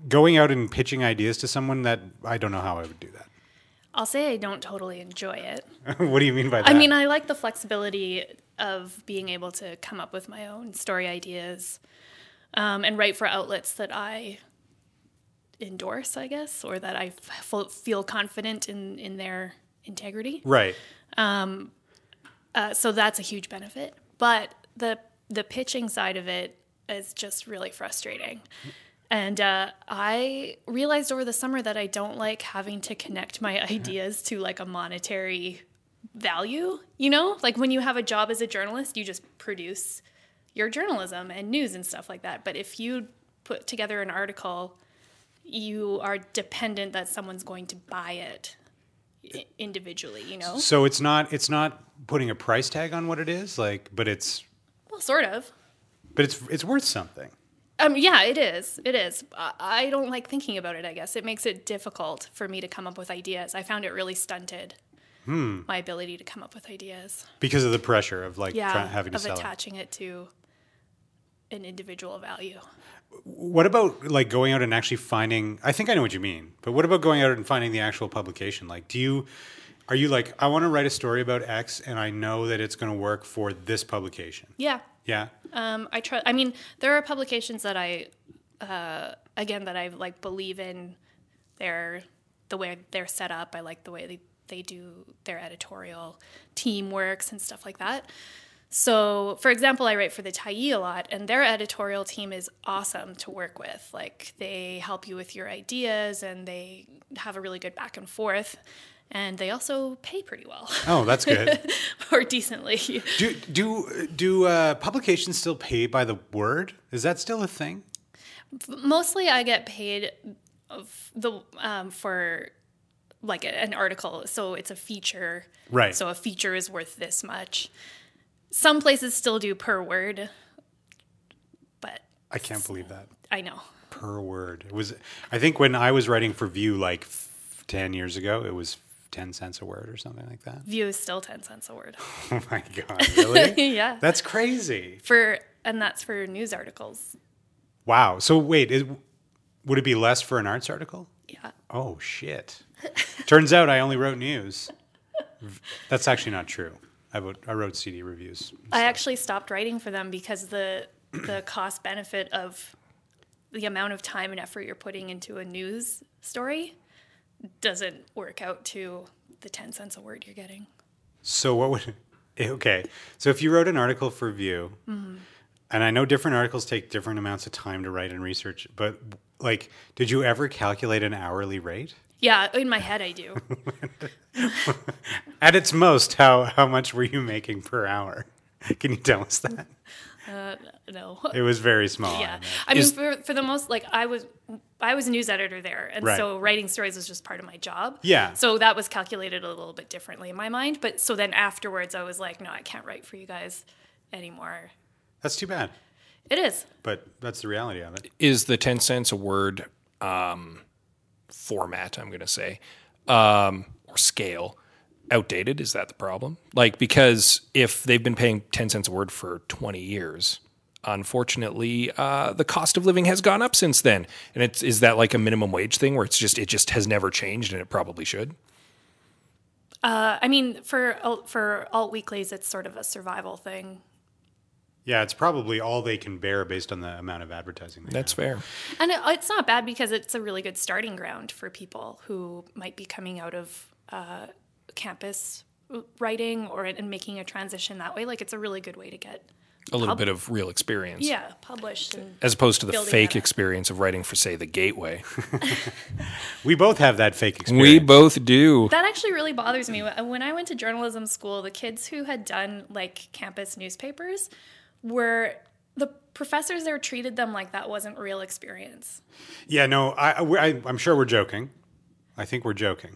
going out and pitching ideas to someone that I don't know how I would do that. I'll say I don't totally enjoy it. what do you mean by that? I mean, I like the flexibility of being able to come up with my own story ideas um, and write for outlets that I endorse, I guess, or that I f- feel confident in, in their integrity. right. Uh, so that's a huge benefit. But the the pitching side of it is just really frustrating. And uh, I realized over the summer that I don't like having to connect my ideas to like a monetary value. You know, like when you have a job as a journalist, you just produce your journalism and news and stuff like that. But if you put together an article, you are dependent that someone's going to buy it i- individually. You know, So it's not it's not putting a price tag on what it is like, but it's well, sort of. but it's it's worth something. Um, yeah, it is. It is. I, I don't like thinking about it, I guess. It makes it difficult for me to come up with ideas. I found it really stunted Hmm. my ability to come up with ideas. Because of the pressure of like Yeah, try, having to of sell. it. attaching it to an individual value. What about like going out and actually finding? I think I know what you mean, but what about going out and finding the actual publication? Like, do you are you like I want to write a story about X and I know that it's going to work for this publication? Yeah. Yeah, Um, I try. I mean, there are publications that I, uh, again, that I like believe in their the way they're set up. I like the way they, they do their editorial team works and stuff like that. So, for example, I write for the Tai a lot, and their editorial team is awesome to work with. Like, they help you with your ideas, and they have a really good back and forth, and they also pay pretty well Oh, that's good. or decently. do do do uh, publications still pay by the word? Is that still a thing? mostly I get paid of the um, for like a- an article, so it's a feature. Right. So a feature is worth this much. Some places still do per word, but I can't believe that I know. per word. It was I think when I was writing for View, like f- 10 years ago, it was 10 cents a word or something like that. View is still 10 cents a word. Oh my God, really? yeah. That's crazy. For and that's for news articles. Wow. So wait, is, would it be less for an arts article? Yeah. Oh shit! Turns out I only wrote news. That's actually not true. I wrote I wrote CD reviews. I actually stopped writing for them because the the cost benefit of the amount of time and effort you're putting into a news story doesn't work out to the 10 cents a word you're getting. So what would eh, okay? So if you wrote an article for View, and I know different articles take different amounts of time to write and research, but like, did you ever calculate an hourly rate? Yeah, in my head I do. At its most, how how much were you making per hour? Can you tell us that? no. It was very small. Yeah. Yeah. I mean Is- for, for the most like I was I was a news editor there and Right. so writing stories was just part of my job. Yeah. So that was calculated a little bit differently in my mind, but so then afterwards I was like no, I can't write for you guys anymore. That's too bad, It is. but that's the reality of it. is the 10 cents a word um, format, I'm going to say, um, or scale outdated? Is that the problem? Like, because if they've been paying 10 cents a word for 20 years, unfortunately, uh, the cost of living has gone up since then. And it's, is that like a minimum wage thing where it's just, it just has never changed and it probably should? I mean, for alt- for alt weeklies, it's sort of a survival thing, Yeah, it's probably all they can bear based on the amount of advertising. They That's fair. and it, it's not bad because it's a really good starting ground for people who might be coming out of uh, campus writing or and making a transition that way. Like, it's a really good way to get A little bit of real experience. yeah published. And As opposed to the Building fake that up. experience of writing for, say, the Gateway. We both have that fake experience. we both do. that actually really bothers me. When I went to journalism school, the kids who had done like campus newspapers were the professors there treated them like that wasn't real experience. Yeah, no, I, I, I- I'm sure we're joking. I think we're joking.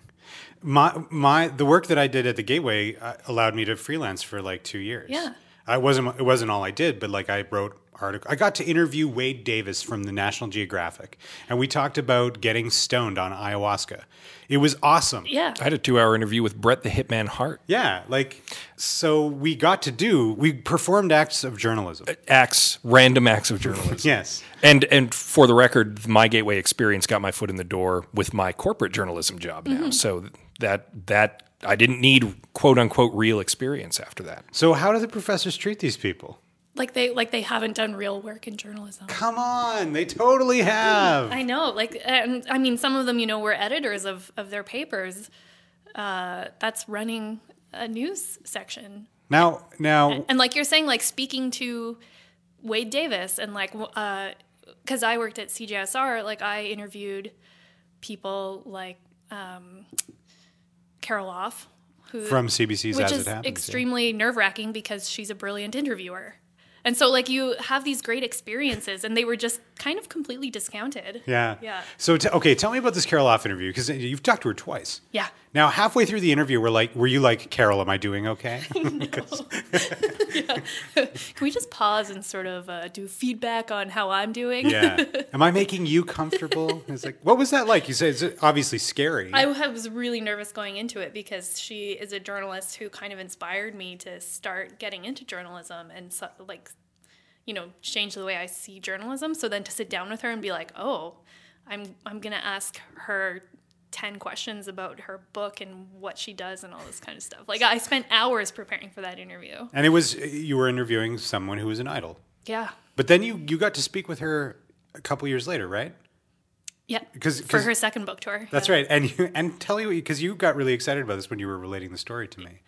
My, my, the work that I did at the Gateway uh, allowed me to freelance for like two years. Yeah. I wasn't, it wasn't all I did, but like I wrote article. I got to interview Wade Davis from the National Geographic, and we talked about getting stoned on ayahuasca. It was awesome. Yeah. I had a two hour interview with Brett the Hitman Hart. Yeah, like so we got to do we performed acts of journalism. Uh, acts, random acts of journalism. Yes. And and for the record, my gateway experience got my foot in the door with my corporate journalism job now. Mm-hmm. So that that I didn't need quote unquote real experience after that. So how do the professors treat these people? like they like they haven't done real work in journalism. Come on, they totally have. I know, like, and I mean, some of them, you know, were editors of of their papers. Uh, that's running a news section, Now, now and like you're saying, like speaking to Wade Davis, and like, because I worked at CJSR, like I interviewed people like um, Karoloff, who from CBC's which as is it happens. yeah. extremely nerve wracking because she's a brilliant interviewer. And so, like, you have these great experiences, and they were just kind of completely discounted. Yeah. Yeah. So t- okay, tell me about this Karoloff interview because you've talked to her twice. Yeah. Now halfway through the interview, we're like, "Were you like Carol? Am I doing okay?" Can we just pause and sort of uh, do feedback on how I'm doing? yeah. Am I making you comfortable? It's like, what was that like? You said it's obviously scary. I wa- was really nervous going into it because she is a journalist who kind of inspired me to start getting into journalism and so, like, you know, change the way I see journalism. So then to sit down with her and be like, oh, I'm I'm gonna ask her ten questions about her book and what she does and all this kind of stuff. Like I spent hours preparing for that interview. and it was you were interviewing someone who was an idol, Yeah, but then you you got to speak with her a couple years later, right? yeah. 'Cause- for 'cause- her second book tour. That's right. And you and tell you because you got really excited about this when you were relating the story to me.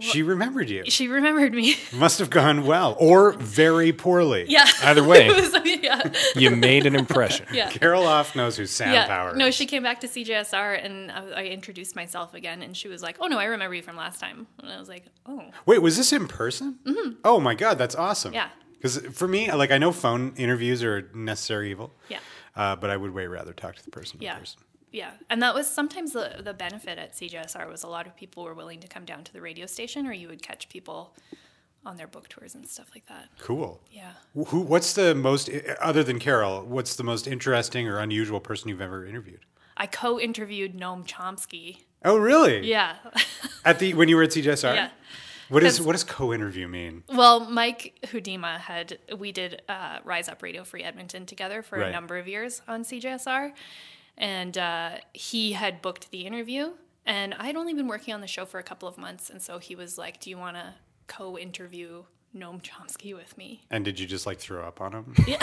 she remembered you. She remembered me. Must have gone well or very poorly. yeah. Either way. It was- yeah. You made an impression. Yeah. Karoloff knows who Sam Power No, is. she came back to CJSR and I, I introduced myself again, and she was like, "Oh no, I remember you from last time." And I was like, "Oh, Wait, was this in person? Oh my god, that's awesome. Mm-hmm. Yeah. Because for me, like I know phone interviews are a necessary evil. Yeah. Uh, but I would way rather talk to the person. yeah, In person. yeah." And that was sometimes the the benefit at CJSR was a lot of people were willing to come down to the radio station, or you would catch people on their book tours and stuff like that. Cool. Yeah. Wh- Who? What's the most other than Carol? What's the most interesting or unusual person you've ever interviewed? I co-interviewed Noam Chomsky. Oh, really? Yeah. At the when you were at CJSR. Yeah. What is 'Cause- what does co-interview mean? well, Mike Hudima had we did uh, Rise Up Radio Free Edmonton together for Right. a number of years on CJSR, and uh, he had booked the interview, and I had only been working on the show for a couple of months, and so he was like, "Do you want to co-interview Noam Chomsky with me?" And did you just like throw up on him? Yeah.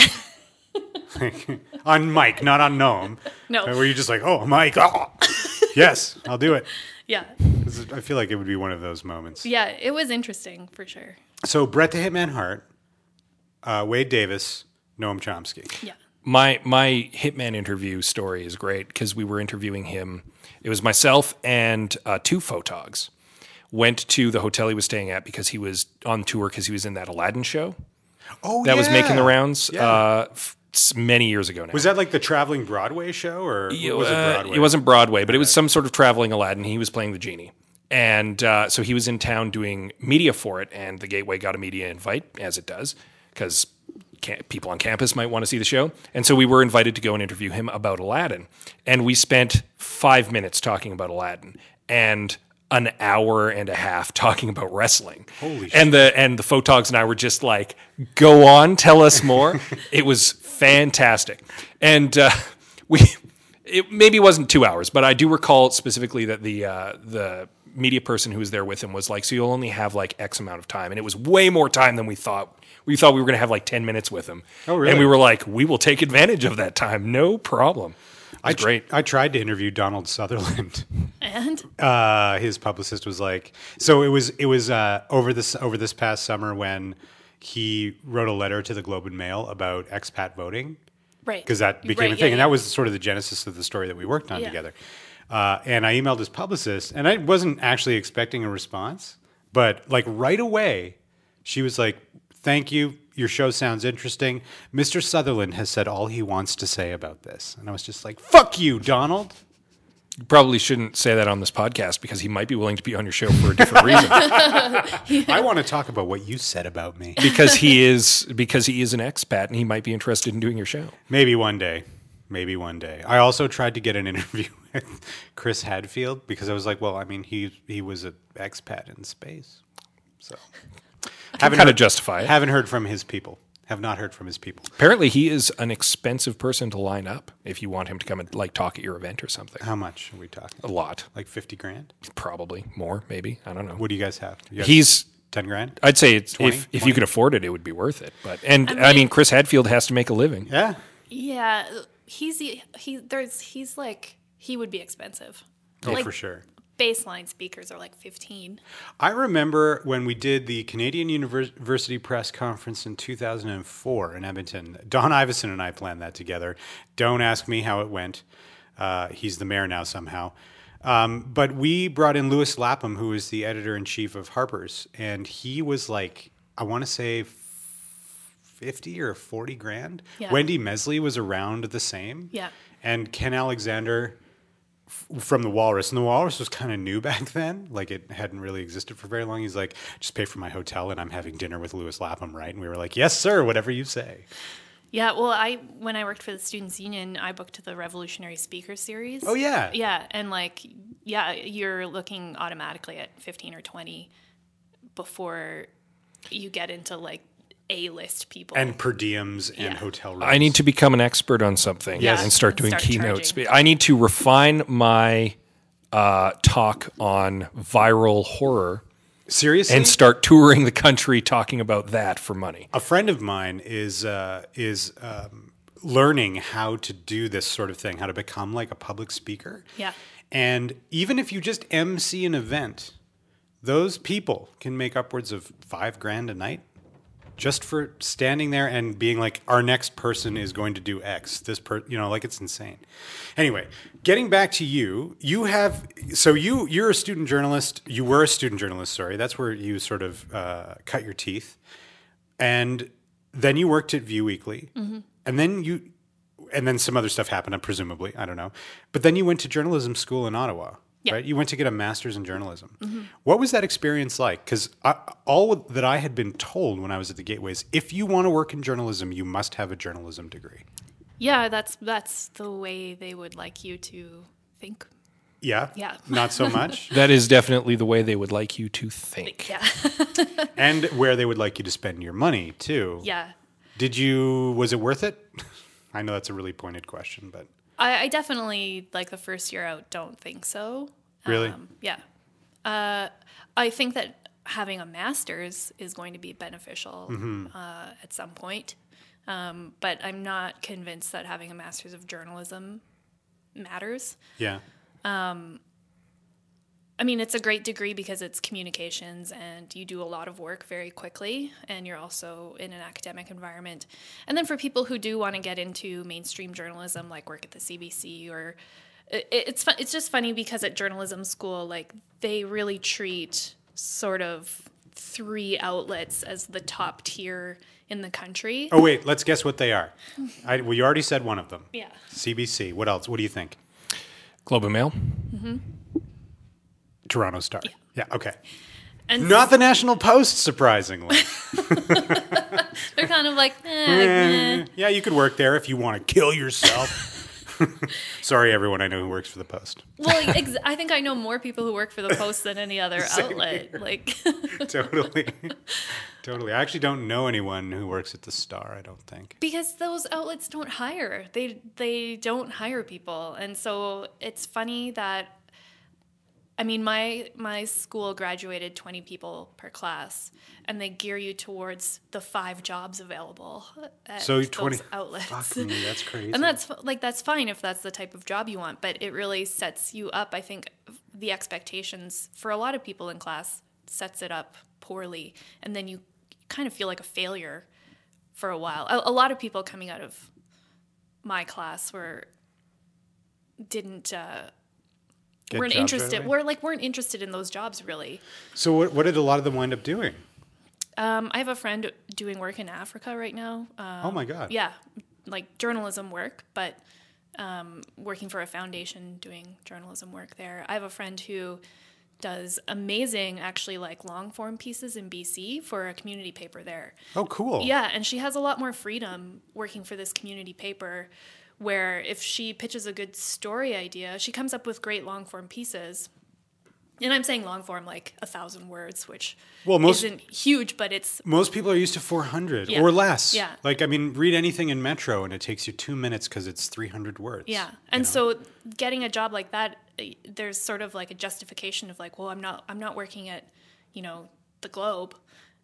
on Mike, not on Gnome. No. Were you just like, oh, Mike? ah, yes, I'll do it. Yeah, 'Cause I feel like it would be one of those moments. yeah, it was interesting for sure. So Brett the Hitman Hart, uh, Wade Davis, Noam Chomsky. Yeah, my my hitman interview story is great because we were interviewing him. It was myself and uh, two photogs went to the hotel he was staying at because he was on tour because he was in that Aladdin show Oh, that was making the yeah. rounds Yeah. uh, f- s- many years ago now. was that like the traveling Broadway show, or was it Uh, Broadway? it wasn't Broadway, but it was some sort of traveling Aladdin. He was playing the genie. And uh, so he was in town doing media for it, and the Gateway got a media invite, as it does, because people on campus might want to see the show. And so we were invited to go and interview him about Aladdin. And we spent five minutes talking about Aladdin and an hour and a half talking about wrestling. Holy and the and the photogs and I were just like, go on, tell us more. it was fantastic, and uh, we it maybe wasn't two hours, but I do recall specifically that the uh, the media person who was there with him was like, so you'll only have like X amount of time, and it was way more time than we thought. We thought we were going to have like ten minutes with him, Oh, really? and we were like, we will take advantage of that time, no problem. It I was tr- great. I tried to interview Donald Sutherland. and uh, his publicist was like, so it was it was uh, over this over this past summer when he wrote a letter to the Globe and Mail about expat voting right because that became Right, a yeah, thing, and yeah. that was sort of the genesis of the story that we worked on Yeah. together. Uh, and I emailed his publicist, and I wasn't actually expecting a response, but like right away, she was like, "Thank you, your show sounds interesting." Mr. Sutherland has said all he wants to say about this, and I was just like, "Fuck you, Donald." You probably shouldn't say that on this podcast because he might be willing to be on your show for a different reason. I want to talk about what you said about me. because he is because he is an expat and he might be interested in doing your show. Maybe one day. Maybe one day. I also tried to get an interview with Chris Hadfield because I was like, well, I mean, he he was an expat in space, so haven't Kind of heard, justify it. haven't heard from his people. Have not heard from his people. Apparently, he is an expensive person to line up if you want him to come and like talk at your event or something. How much are we talking? A lot, Like fifty grand? probably more, maybe. I don't know. What do you guys have? You have He's. ten grand. I'd say it's, 20, if if you could afford it, it would be worth it. But and I mean, Chris Hadfield has to make a living. Yeah, Yeah, he's he there's he's like he would be expensive. oh, like, for sure. Baseline speakers are like fifteen. I remember when we did the Canadian University Press Conference in 2004 in Edmonton. Don Iverson and I planned that together. Don't ask me how it went. Uh, he's the mayor now somehow. Um, but we brought in Lewis Lapham, who is the editor in chief of Harper's, and he was like, I want to say 50 or 40 grand. Yeah. Wendy Mesley was around the same. Yeah. And Ken Alexander f- from the Walrus. And the Walrus was kind of new back then. Like it hadn't really existed for very long. He's like, just pay for my hotel and I'm having dinner with Lewis Lapham, right? And we were like, yes, sir, whatever you say. Yeah, well, I when I worked for the Students Union, I booked the Revolutionary Speaker Series. Oh, yeah. Yeah, and like yeah, you're looking automatically at fifteen or twenty before you get into like A list people. And per diems and Yeah. hotel rooms. I need to become an expert on something Yes. and start doing Start keynotes. charging. I need to refine my uh, talk on viral horror. Seriously? and start touring the country talking about that for money. a friend of mine is uh, is um, learning how to do this sort of thing, how to become like a public speaker. Yeah. And even if you just MC an event, those people can make upwards of five grand a night just for standing there and being like, our next person is going to do X. This per, you know, like it's insane. Anyway, getting back to you, you have so you you're a student journalist. You were a student journalist. Sorry, that's where you sort of uh, cut your teeth, and then you worked at View Weekly, and then you. And then some other stuff happened, presumably. I don't know. But then you went to journalism school in Ottawa, Yeah. right? You went to get a master's in journalism. What was that experience like? Because all that I had been told when I was at the Gateways, if you want to work in journalism, you must have a journalism degree. Yeah, that's that's the way they would like you to think. Yeah. Yeah. Not so much. That is definitely the way they would like you to think. Yeah. and where they would like you to spend your money too. yeah. Did you? Was it worth it? I know that's a really pointed question, but I, I definitely like the first year out don't think so. Really? Um, yeah. Uh, I think that having a master's is going to be beneficial uh, at some point, um, but I'm not convinced that having a master's of journalism matters. yeah, I mean, it's a great degree because it's communications and you do a lot of work very quickly, and you're also in an academic environment. And then for people who do want to get into mainstream journalism, like work at the CBC or it, it's fun, it's just funny because at journalism school, like they really treat sort of three outlets as the top tier in the country. Oh wait, let's guess what they are. I, well, you already said one of them. Mm-hmm. Yeah. CBC. What else? What do you think? Globe and Mail. Toronto Star. Yeah. okay. And Not the National Post, surprisingly. they're kind of like, eh, like, meh. yeah, you could work there if you want to kill yourself. Sorry, everyone. I know who works for the Post. well, ex- I think I know more people who work for the Post than any other outlet. Like, totally, totally. I actually don't know anyone who works at the Star. I don't think. because those outlets don't hire they they don't hire people and so it's funny that i mean my my school graduated 20 people per class and they gear you towards the five jobs available at So those 20 outlets Fuck me, that's crazy. and that's like that's fine if that's the type of job you want, but it really sets you up. I think the expectations for a lot of people in class sets it up poorly, and then you kind of feel like a failure for a while. A, a lot of people coming out of my class were didn't uh, Get jobs weren't right interested. away? were like weren't interested in those jobs really. So what, what did a lot of them wind up doing? Um, I have a friend doing work in Africa right now. Um, oh my god. yeah, like journalism work, but um, working for a foundation doing journalism work there. I have a friend who does amazing, actually, like long form pieces in BC for a community paper there. Oh cool. Yeah, and she has a lot more freedom working for this community paper where if she pitches a good story idea, she comes up with great long form pieces. And I'm saying long form like a thousand words, which Well, most- isn't huge, but it's Most people are used to 400 Yeah. or less. Yeah. Like, I mean, read anything in Metro and it takes you two minutes because it's 300 words. Yeah. And so getting a job like that, eh, there's sort of like a justification of like, well, I'm not I'm not working at, you know, the Globe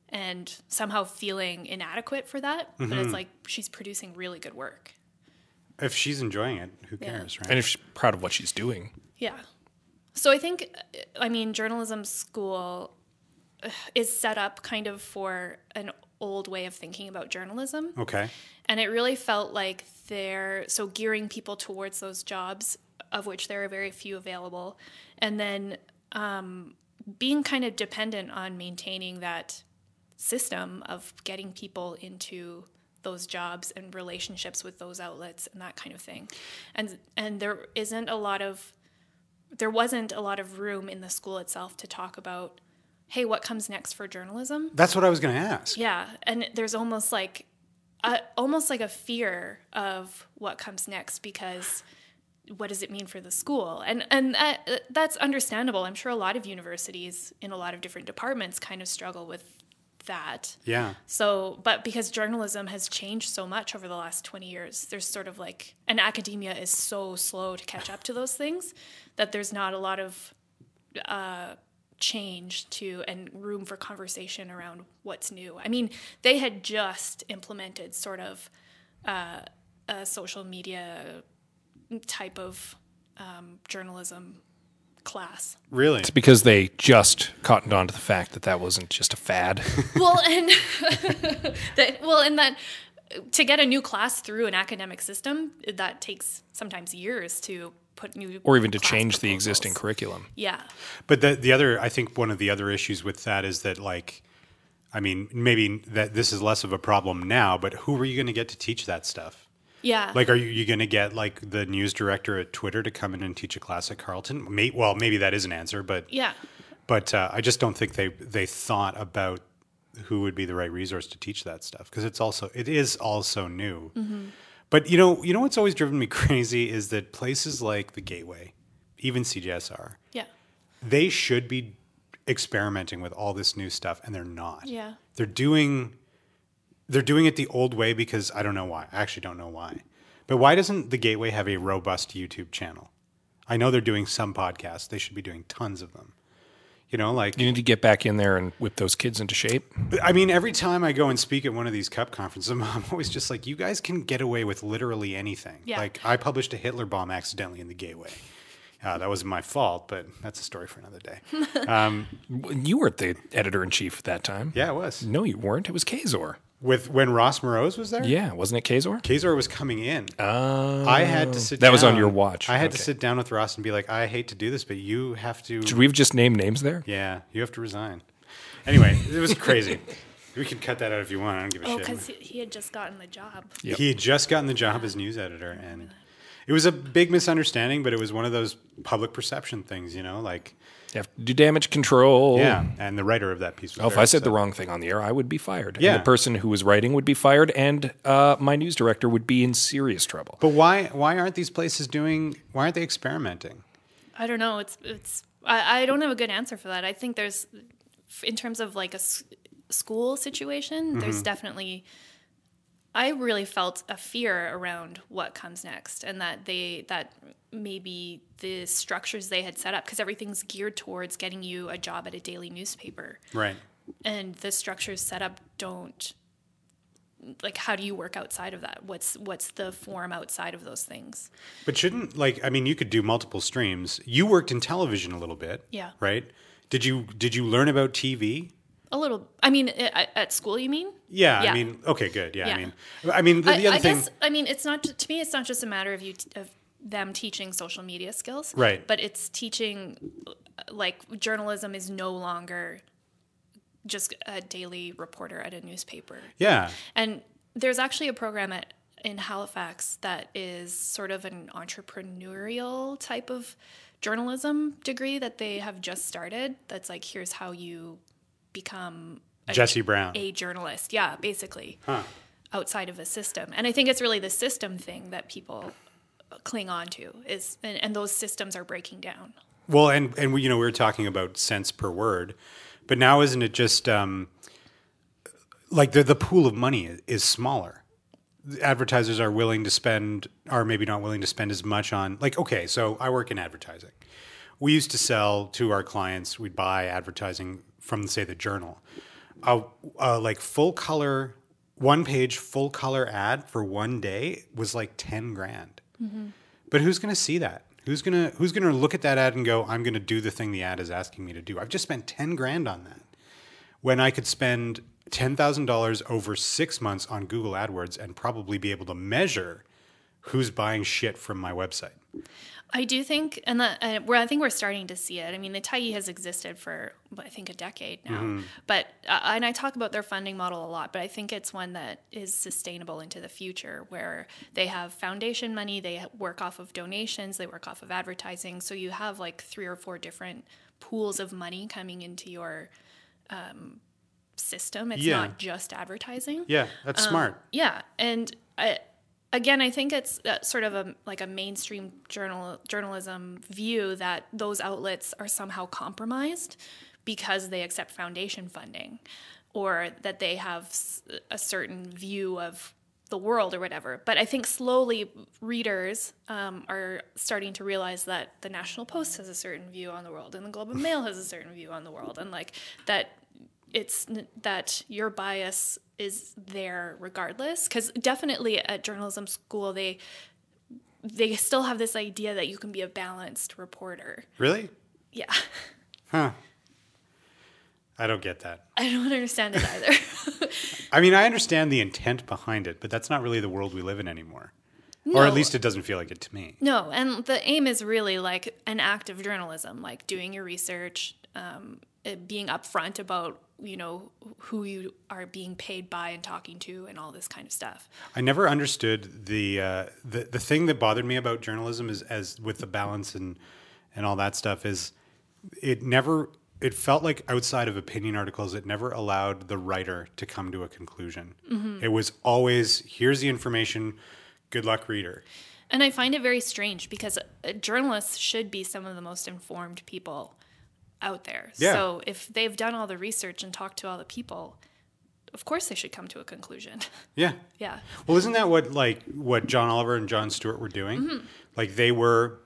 and somehow feeling inadequate for that, but it's like she's producing really good work. If she's enjoying it, who Yeah. cares, right? And if she's proud of what she's doing. Yeah. So I think, uh, I mean, journalism school uh, is set up kind of for an old way of thinking about journalism. okay. And it really felt like they're so gearing people towards those jobs, of which there are very few available, and then um, being kind of dependent on maintaining that system of getting people into those jobs and relationships with those outlets and that kind of thing. And and there isn't a lot of there wasn't a lot of room in the school itself to talk about hey, what comes next for journalism? That's what I was going to ask. Yeah, and there's almost like, uh, almost like a fear of what comes next because what does it mean for the school? And and that, that's understandable. I'm sure a lot of universities in a lot of different departments kind of struggle with that. Yeah. So, but because journalism has changed so much over the last 20 years, there's sort of like, and academia is so slow to catch up to those things that there's not a lot of uh, change to and room for conversation around what's new. I mean, they had just implemented sort of uh, a social media type of um, journalism class Really? It's because they just cottoned on to the fact that that wasn't just a fad. well and that well and that to get a new class through an academic system that takes sometimes years to put new or even to class change the proposals. existing curriculum. yeah But the the other, I think one of the other issues with that is that like, I mean, maybe that this is less of a problem now, but who are you going to get to teach that stuff? yeah Like, are you, you going to get like the news director at Twitter to come in and teach a class at Carleton? May, well, maybe that is an answer, but yeah but uh, I just don't think they they thought about who would be the right resource to teach that stuff because it's also it is also new. But you know, you know what's always driven me crazy is that places like the Gateway, even CJSR, Yeah. they should be experimenting with all this new stuff and they're not. Yeah. They're doing they're doing it the old way because I don't know why. I actually don't know why. But why doesn't the Gateway have a robust YouTube channel? I know they're doing some podcasts. They should be doing tons of them. You know, like You need to get back in there and whip those kids into shape. I mean, every time I go and speak at one of these cup conferences, I'm, I'm always just like, you guys can get away with literally anything. Yeah. Like, I published a Hitler bomb accidentally in the Gateway. Uh, that wasn't my fault, but that's a story for another day. You weren't the editor in chief at that time. Yeah, it was. No, you weren't. It was Kazor. With when Ross Moroz was there, Yeah, wasn't it Kazor? Kazor was coming in. Uh, I had to sit. Oh. That was on down- your watch. I had to Okay. sit down with Ross and be like, I hate to do this, but you have to. Should we have just named names there? Yeah, you have to resign. Anyway, it was crazy. we can cut that out if you want. I don't give a shit. Oh, because he, he had just gotten the job. Yep. He had just gotten the job as news editor, and it was a big misunderstanding, but it was one of those public perception things, you know, like You have to do damage control. yeah. And the writer of that piece. Was Oh, if I said the wrong thing on the air, I would be fired. And Yeah. the person who was writing would be fired, and uh, my news director would be in serious trouble. but why? Why aren't these places doing? Why aren't they experimenting? I don't know. It's it's. I, I don't have a good answer for that. I think there's, in terms of like a s- school situation, there's definitely. I really felt a fear around what comes next, and that they that maybe the structures they had set up because everything's geared towards getting you a job at a daily newspaper, Right. and the structures set up don't. Like, how do you work outside of that? What's what's the form outside of those things? But shouldn't like I mean, you could do multiple streams. You worked in television a little bit. Yeah. Right. Did you Did you learn about TV? A little. I mean, at, at school, you mean? Yeah, I Yeah. mean, okay, good. Yeah, I Yeah. mean, I mean, the, I, the other I thing, guess I mean it's not ju- to me. It's not just a matter of you t- of them teaching social media skills, Right. But it's teaching uh, like journalism is no longer just a daily reporter at a newspaper, yeah, and there's actually a program at in Halifax that is sort of an entrepreneurial type of journalism degree that they have just started. That's like here's how you become a Jesse Brown. a journalist. Yeah, basically. Outside of a system. And I think it's really the system thing that people cling on to is and, and those systems are breaking down. Well, and and we, you know we were talking about cents per word, but now isn't it just um, like the the pool of money is, is smaller. The Advertisers are willing to spend, are maybe not willing to spend as much on like okay. So I work in advertising. We used to sell to our clients. We'd buy advertising from say the Journal, a, a like full color, one page full color ad for one day was like ten grand. But who's going to see that? Who's going to who's going to look at that ad and go, "I'm going to do the thing the ad is asking me to do." I've just spent 10 grand on that. When I could spend $10,000 over 6 months on Google AdWords and probably be able to measure who's buying shit from my website. I do think, and that, uh, where I think we're starting to see it. I mean, the Taiyi has existed for I think a decade now, but uh, and I talk about their funding model a lot, but I think it's one that is sustainable into the future, where they have foundation money, they ha- work off of donations, they work off of advertising, so you have like three or four different pools of money coming into your um, system. It's Yeah. not just advertising. Yeah, that's smart. Yeah, and I, again, I think it's uh, sort of a like a mainstream journal journalism view that those outlets are somehow compromised because they accept foundation funding, or that they have s- a certain view of the world or whatever. But I think slowly readers um, are starting to realize that the National Post has a certain view on the world, and the Globe and Mail has a certain view on the world, and like that it's n- that your bias is there regardless because definitely at journalism school they they still have this idea that you can be a balanced reporter Really? yeah Huh. I don't get that. i don't understand it either I mean, I understand the intent behind it, but that's not really the world we live in anymore. Or at No. least it doesn't feel like it to me. no and the aim is really like an act of journalism like doing your research um, it- being upfront about you know who you are being paid by and talking to and all this kind of stuff I never understood the uh, the the thing that bothered me about journalism is as with the balance and and all that stuff is it never it felt like outside of opinion articles it never allowed the writer to come to a conclusion. It was always here's the information Good luck, reader. And I find it very strange because uh, journalists should be some of the most informed people out there. Yeah. So if they've done all the research and talked to all the people, of course they should come to a conclusion. Yeah. yeah. Well, isn't that what like what John Oliver and John Stewart were doing? Like they were,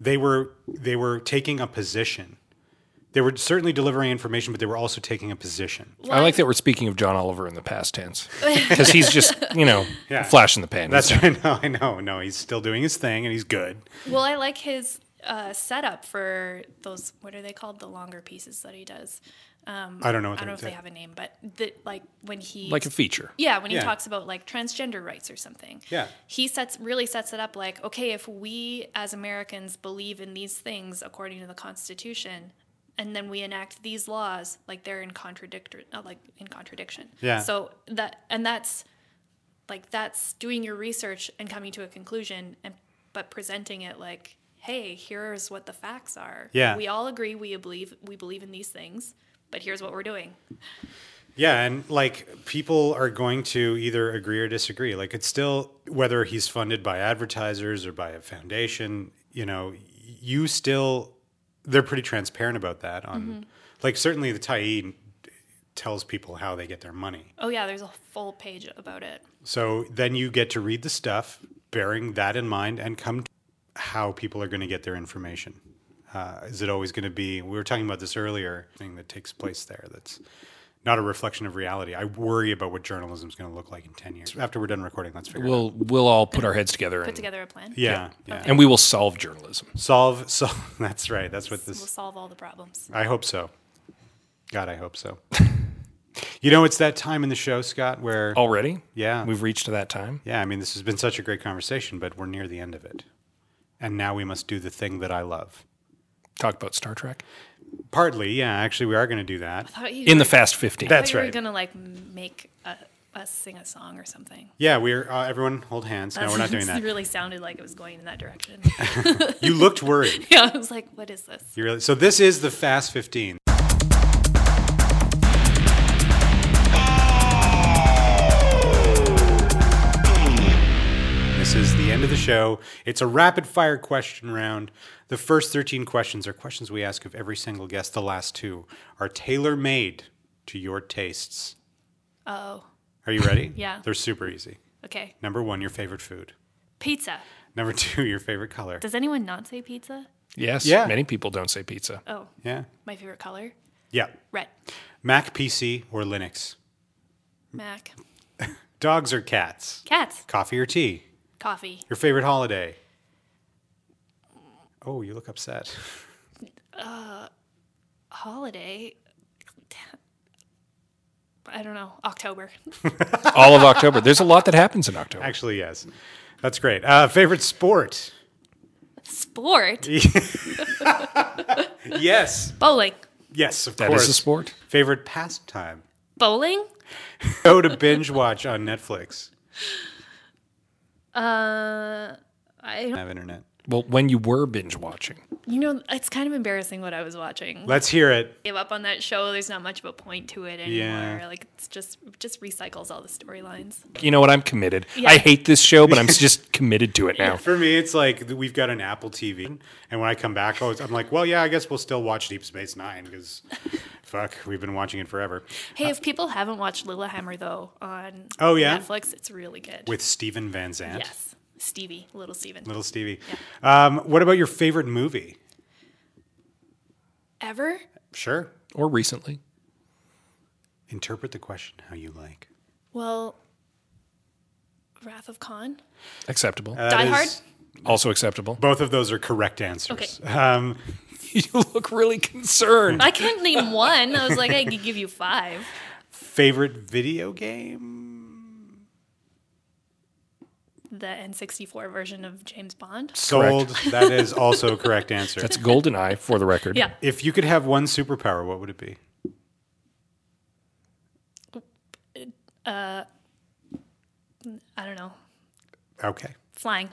they were, they were taking a position. They were certainly delivering information, but they were also taking a position. I like that we're speaking of John Oliver in the past tense because he's just, you know, flash in the pan. That's He's- right. No, I know. No, he's still doing his thing, and he's good. Well, I like his uh, setup for those. What are they called? The longer pieces that he does. I don't know what I don't know if they're they have a name, but the, like when he like a feature. Yeah, when he Yeah. talks about like transgender rights or something. Yeah. He sets really sets it up like, okay, if we as Americans believe in these things according to the Constitution, and then we enact these laws, like they're in contradictory, uh, like in contradiction. Yeah. So that and that's like that's doing your research and coming to a conclusion, and but presenting it like, hey, here's what the facts are. Yeah. We all agree. We believe we believe in these things, but here's what we're doing. Yeah, and like people are going to either agree or disagree. Like it's still whether he's funded by advertisers or by a foundation, you know, you still they're pretty transparent about that on Mm-hmm. like certainly the Tae E tells people how they get their money. Oh yeah, there's a full page about it. So then you get to read the stuff bearing that in mind and come to how people are going to get their information. Uh, is it always going to be? We were talking about this earlier thing that takes place there that's not a reflection of reality. I worry about what journalism is going to look like in 10 years. After we're done recording, let's figure it out. We'll we'll all put our heads together, put and, together a plan. Yeah. Yeah. and we will solve journalism. Solve, solve. That's right. That's what We'll this solve all the problems. I hope so. God, I hope so. you know, it's that time in the show, Scott, where. Already, Yeah. we've reached that time. Yeah, I mean, this has been such a great conversation, but we're near the end of it. And now we must do the thing that I love. Talk about Star Trek Partly, yeah, actually, we are going to do that. Thought you in the were- Fast Fifteen. That- That's thought you right. were gonna like make a, us sing a song or something. Yeah, we're uh, everyone hold hands. No, we're not doing that. really sounded like it was going in that direction. You looked worried. yeah, I was like, what is this? You really. So this is the Fast 15. This is the end of the show. It's a rapid fire question round. The first 13 questions are questions we ask of every single guest. The last two are tailor made to your tastes. Oh, Are you ready? Yeah. They're super easy. okay. Number one, your favorite food. Pizza. Number two, your favorite color. Does anyone not say pizza? Yes, Yeah. many people don't say pizza. Oh, Yeah. my favorite color, Yeah. red. Mac, PC, or Linux? Mac. Dogs or cats? Cats. Coffee or tea? Coffee. Your favorite holiday? Oh, you look upset. Holiday. I don't know. October. All of October. There's a lot that happens in October. Actually, yes. That's great. Uh, favorite sport? Sport. Yes. Bowling. Yes, of That course. is a sport. Favorite pastime? Bowling. Go to binge watch on Netflix. Uh, I I have internet. Well, when you were binge watching, You know, it's kind of embarrassing what I was watching. Let's hear it. Gave up on that show. There's not much of a point to it anymore. Yeah. Like it's just just recycles all the storylines. you know what? I'm committed. Yeah. I hate this show, but I'm just committed to it now. For me, it's like th- we've got an Apple TV, and when I come back, I was- I'm like, well, yeah, I guess we'll still watch Deep Space Nine because, fuck, we've been watching it forever. Hey, if people haven't watched Lillehammer though on Uh, Oh, yeah? Netflix, it's really good. With Steven Van Zandt, yes, Stevie, little Steven. little Stevie. Um, what about your favorite movie? Ever? Sure. Or recently, Interpret the question how you like. Well, Wrath of Khan. acceptable. Uh, Die Hard? also acceptable. Both of those are correct answers. Um, you look really concerned. I couldn't name one. I was like, I could give you five. favorite video game? The N64 version of James Bond. Sold. That is also a correct answer. That's GoldenEye for the record. Yeah, if you could have one superpower, what would it be? I don't know. Okay. Flying.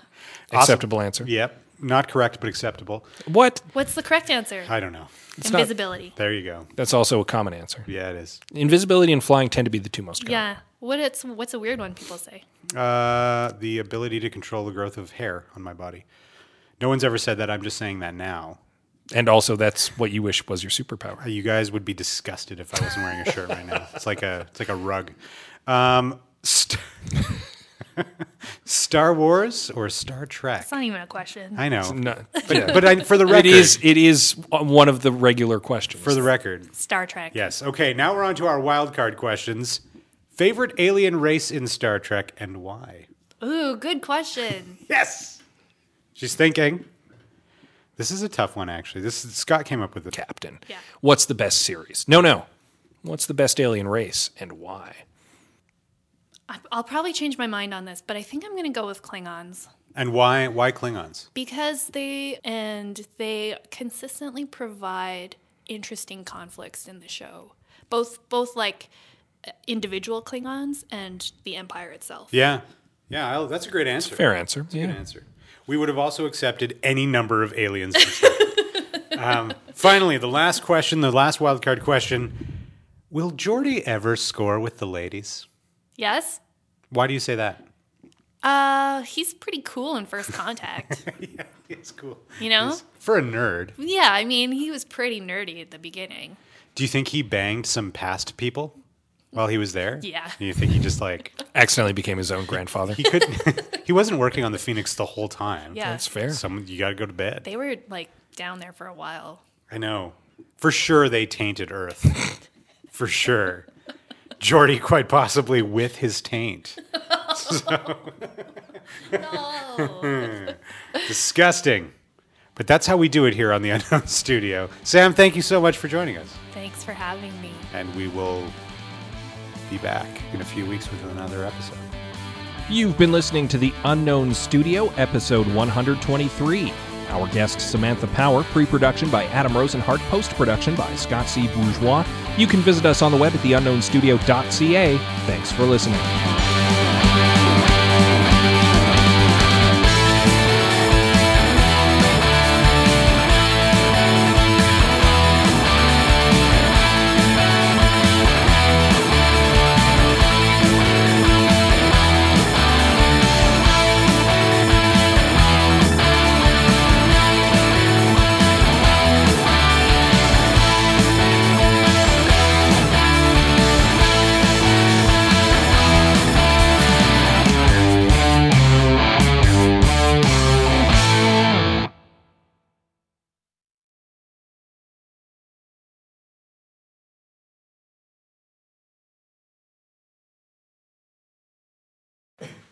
Acceptable answer. Yep. Not correct, but acceptable. What? What's the correct answer? I don't know. not- Invisibility. There you go. That's also a common answer. Yeah, it is. Invisibility and flying tend to be the two most common. Yeah, What it's what's a weird one people say? Uh, the ability to control the growth of hair on my body. No one's ever said that. I'm just saying that now. And also, that's what you wish was your superpower. You guys would be disgusted if I wasn't wearing a shirt right now. It's like a it's like a rug. Um, st- Star Wars or Star Trek? It's not even a question. I know, No, but, but I, for the record, it is. It is one of the regular questions. for the record. Star Trek. Yes. Okay. Now we're on to our wild card questions. Favorite alien race in Star Trek and why? Ooh, good question. Yes. She's thinking. This is a tough one, actually. This is, Scott came up with it. captain. Yeah. What's the best series? No, no. What's the best alien race and why? I- I'll probably change my mind on this, but I think I'm going to go with Klingons And why? Why Klingons? because they and they consistently provide interesting conflicts in the show. Both both like uh, individual Klingons and the empire itself. Yeah. Yeah. I'll, that's a great answer. Fair answer. Good Yeah. answer. We would have also accepted any number of aliens. in Star Trek. um, finally, the last question, the last wild card question: Will Geordi ever score with the ladies? Yes? Why do you say that? Uh, he's pretty cool in First Contact. yeah, it's cool. You know? It's- for a nerd. yeah, I mean, he was pretty nerdy at the beginning. Do you think he banged some past people while he was there? Yeah. Do you think he just like Accidentally became his own grandfather. he couldn't? he wasn't working on the Phoenix the whole time. Yeah. That's fair. Some you got to go to bed. They were like down there for a while. I know. For sure, they tainted Earth. For sure, Jordy quite possibly with his taint. No. Disgusting. But that's how we do it here on the Unknown Studio. Sam, thank you so much for joining us, Thanks for having me. and we will be back in a few weeks with another episode. You've been listening to The Unknown Studio, episode 123. Our guest, Samantha Power, pre production by Adam Rosenhart, post production by Scott C. Bourgeois. You can visit us on the web at theunknownstudio.ca. Thanks for listening.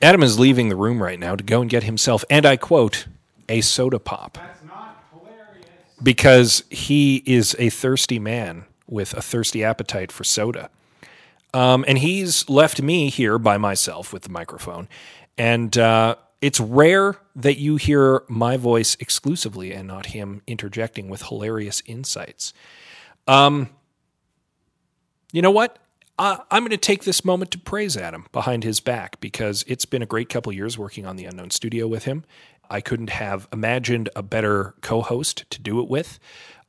Adam is leaving the room right now to go and get himself, and I quote, a soda pop. Because he is a thirsty man with a thirsty appetite for soda. Um, and he's left me here by myself with the microphone. And uh, it's rare that you hear my voice exclusively and not him interjecting with hilarious insights. You know what? I I'm going to take this moment to praise Adam behind his back because it's been a great couple years working on the Unknown Studio with him. I couldn't have imagined a better co host to do it with.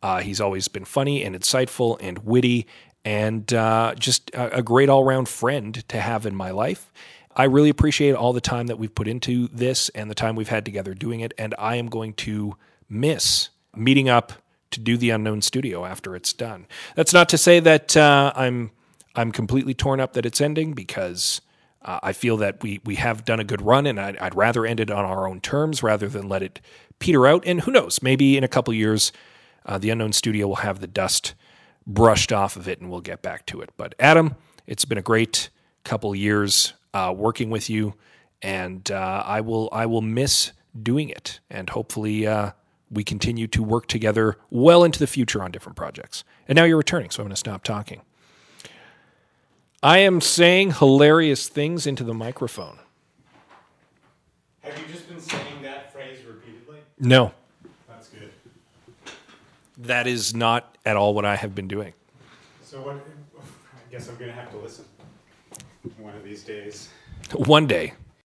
Uh, he's always been funny and insightful and witty and uh, just a, a great all round friend to have in my life. I really appreciate all the time that we've put into this and the time we've had together doing it. And I am going to miss meeting up to do the unknown studio after it's done. That's not to say that uh, I'm I'm completely torn up that it's ending because uh, I feel that we we have done a good run, and I'd, I'd rather end it on our own terms rather than let it peter out. And who knows? Maybe in a couple years, uh, the unknown studio will have the dust brushed off of it, and we'll get back to it. But Adam, it's been a great couple years uh, working with you, and uh, I will I will miss doing it, and hopefully uh, we continue to work together well into the future on different projects. And now you're returning, so I'm going to stop talking. I am saying hilarious things into the microphone. Have you just been saying that phrase repeatedly? No, That's good. that is not at all what I have been doing. So what? I guess I'm gonna have to listen one of these days. One day,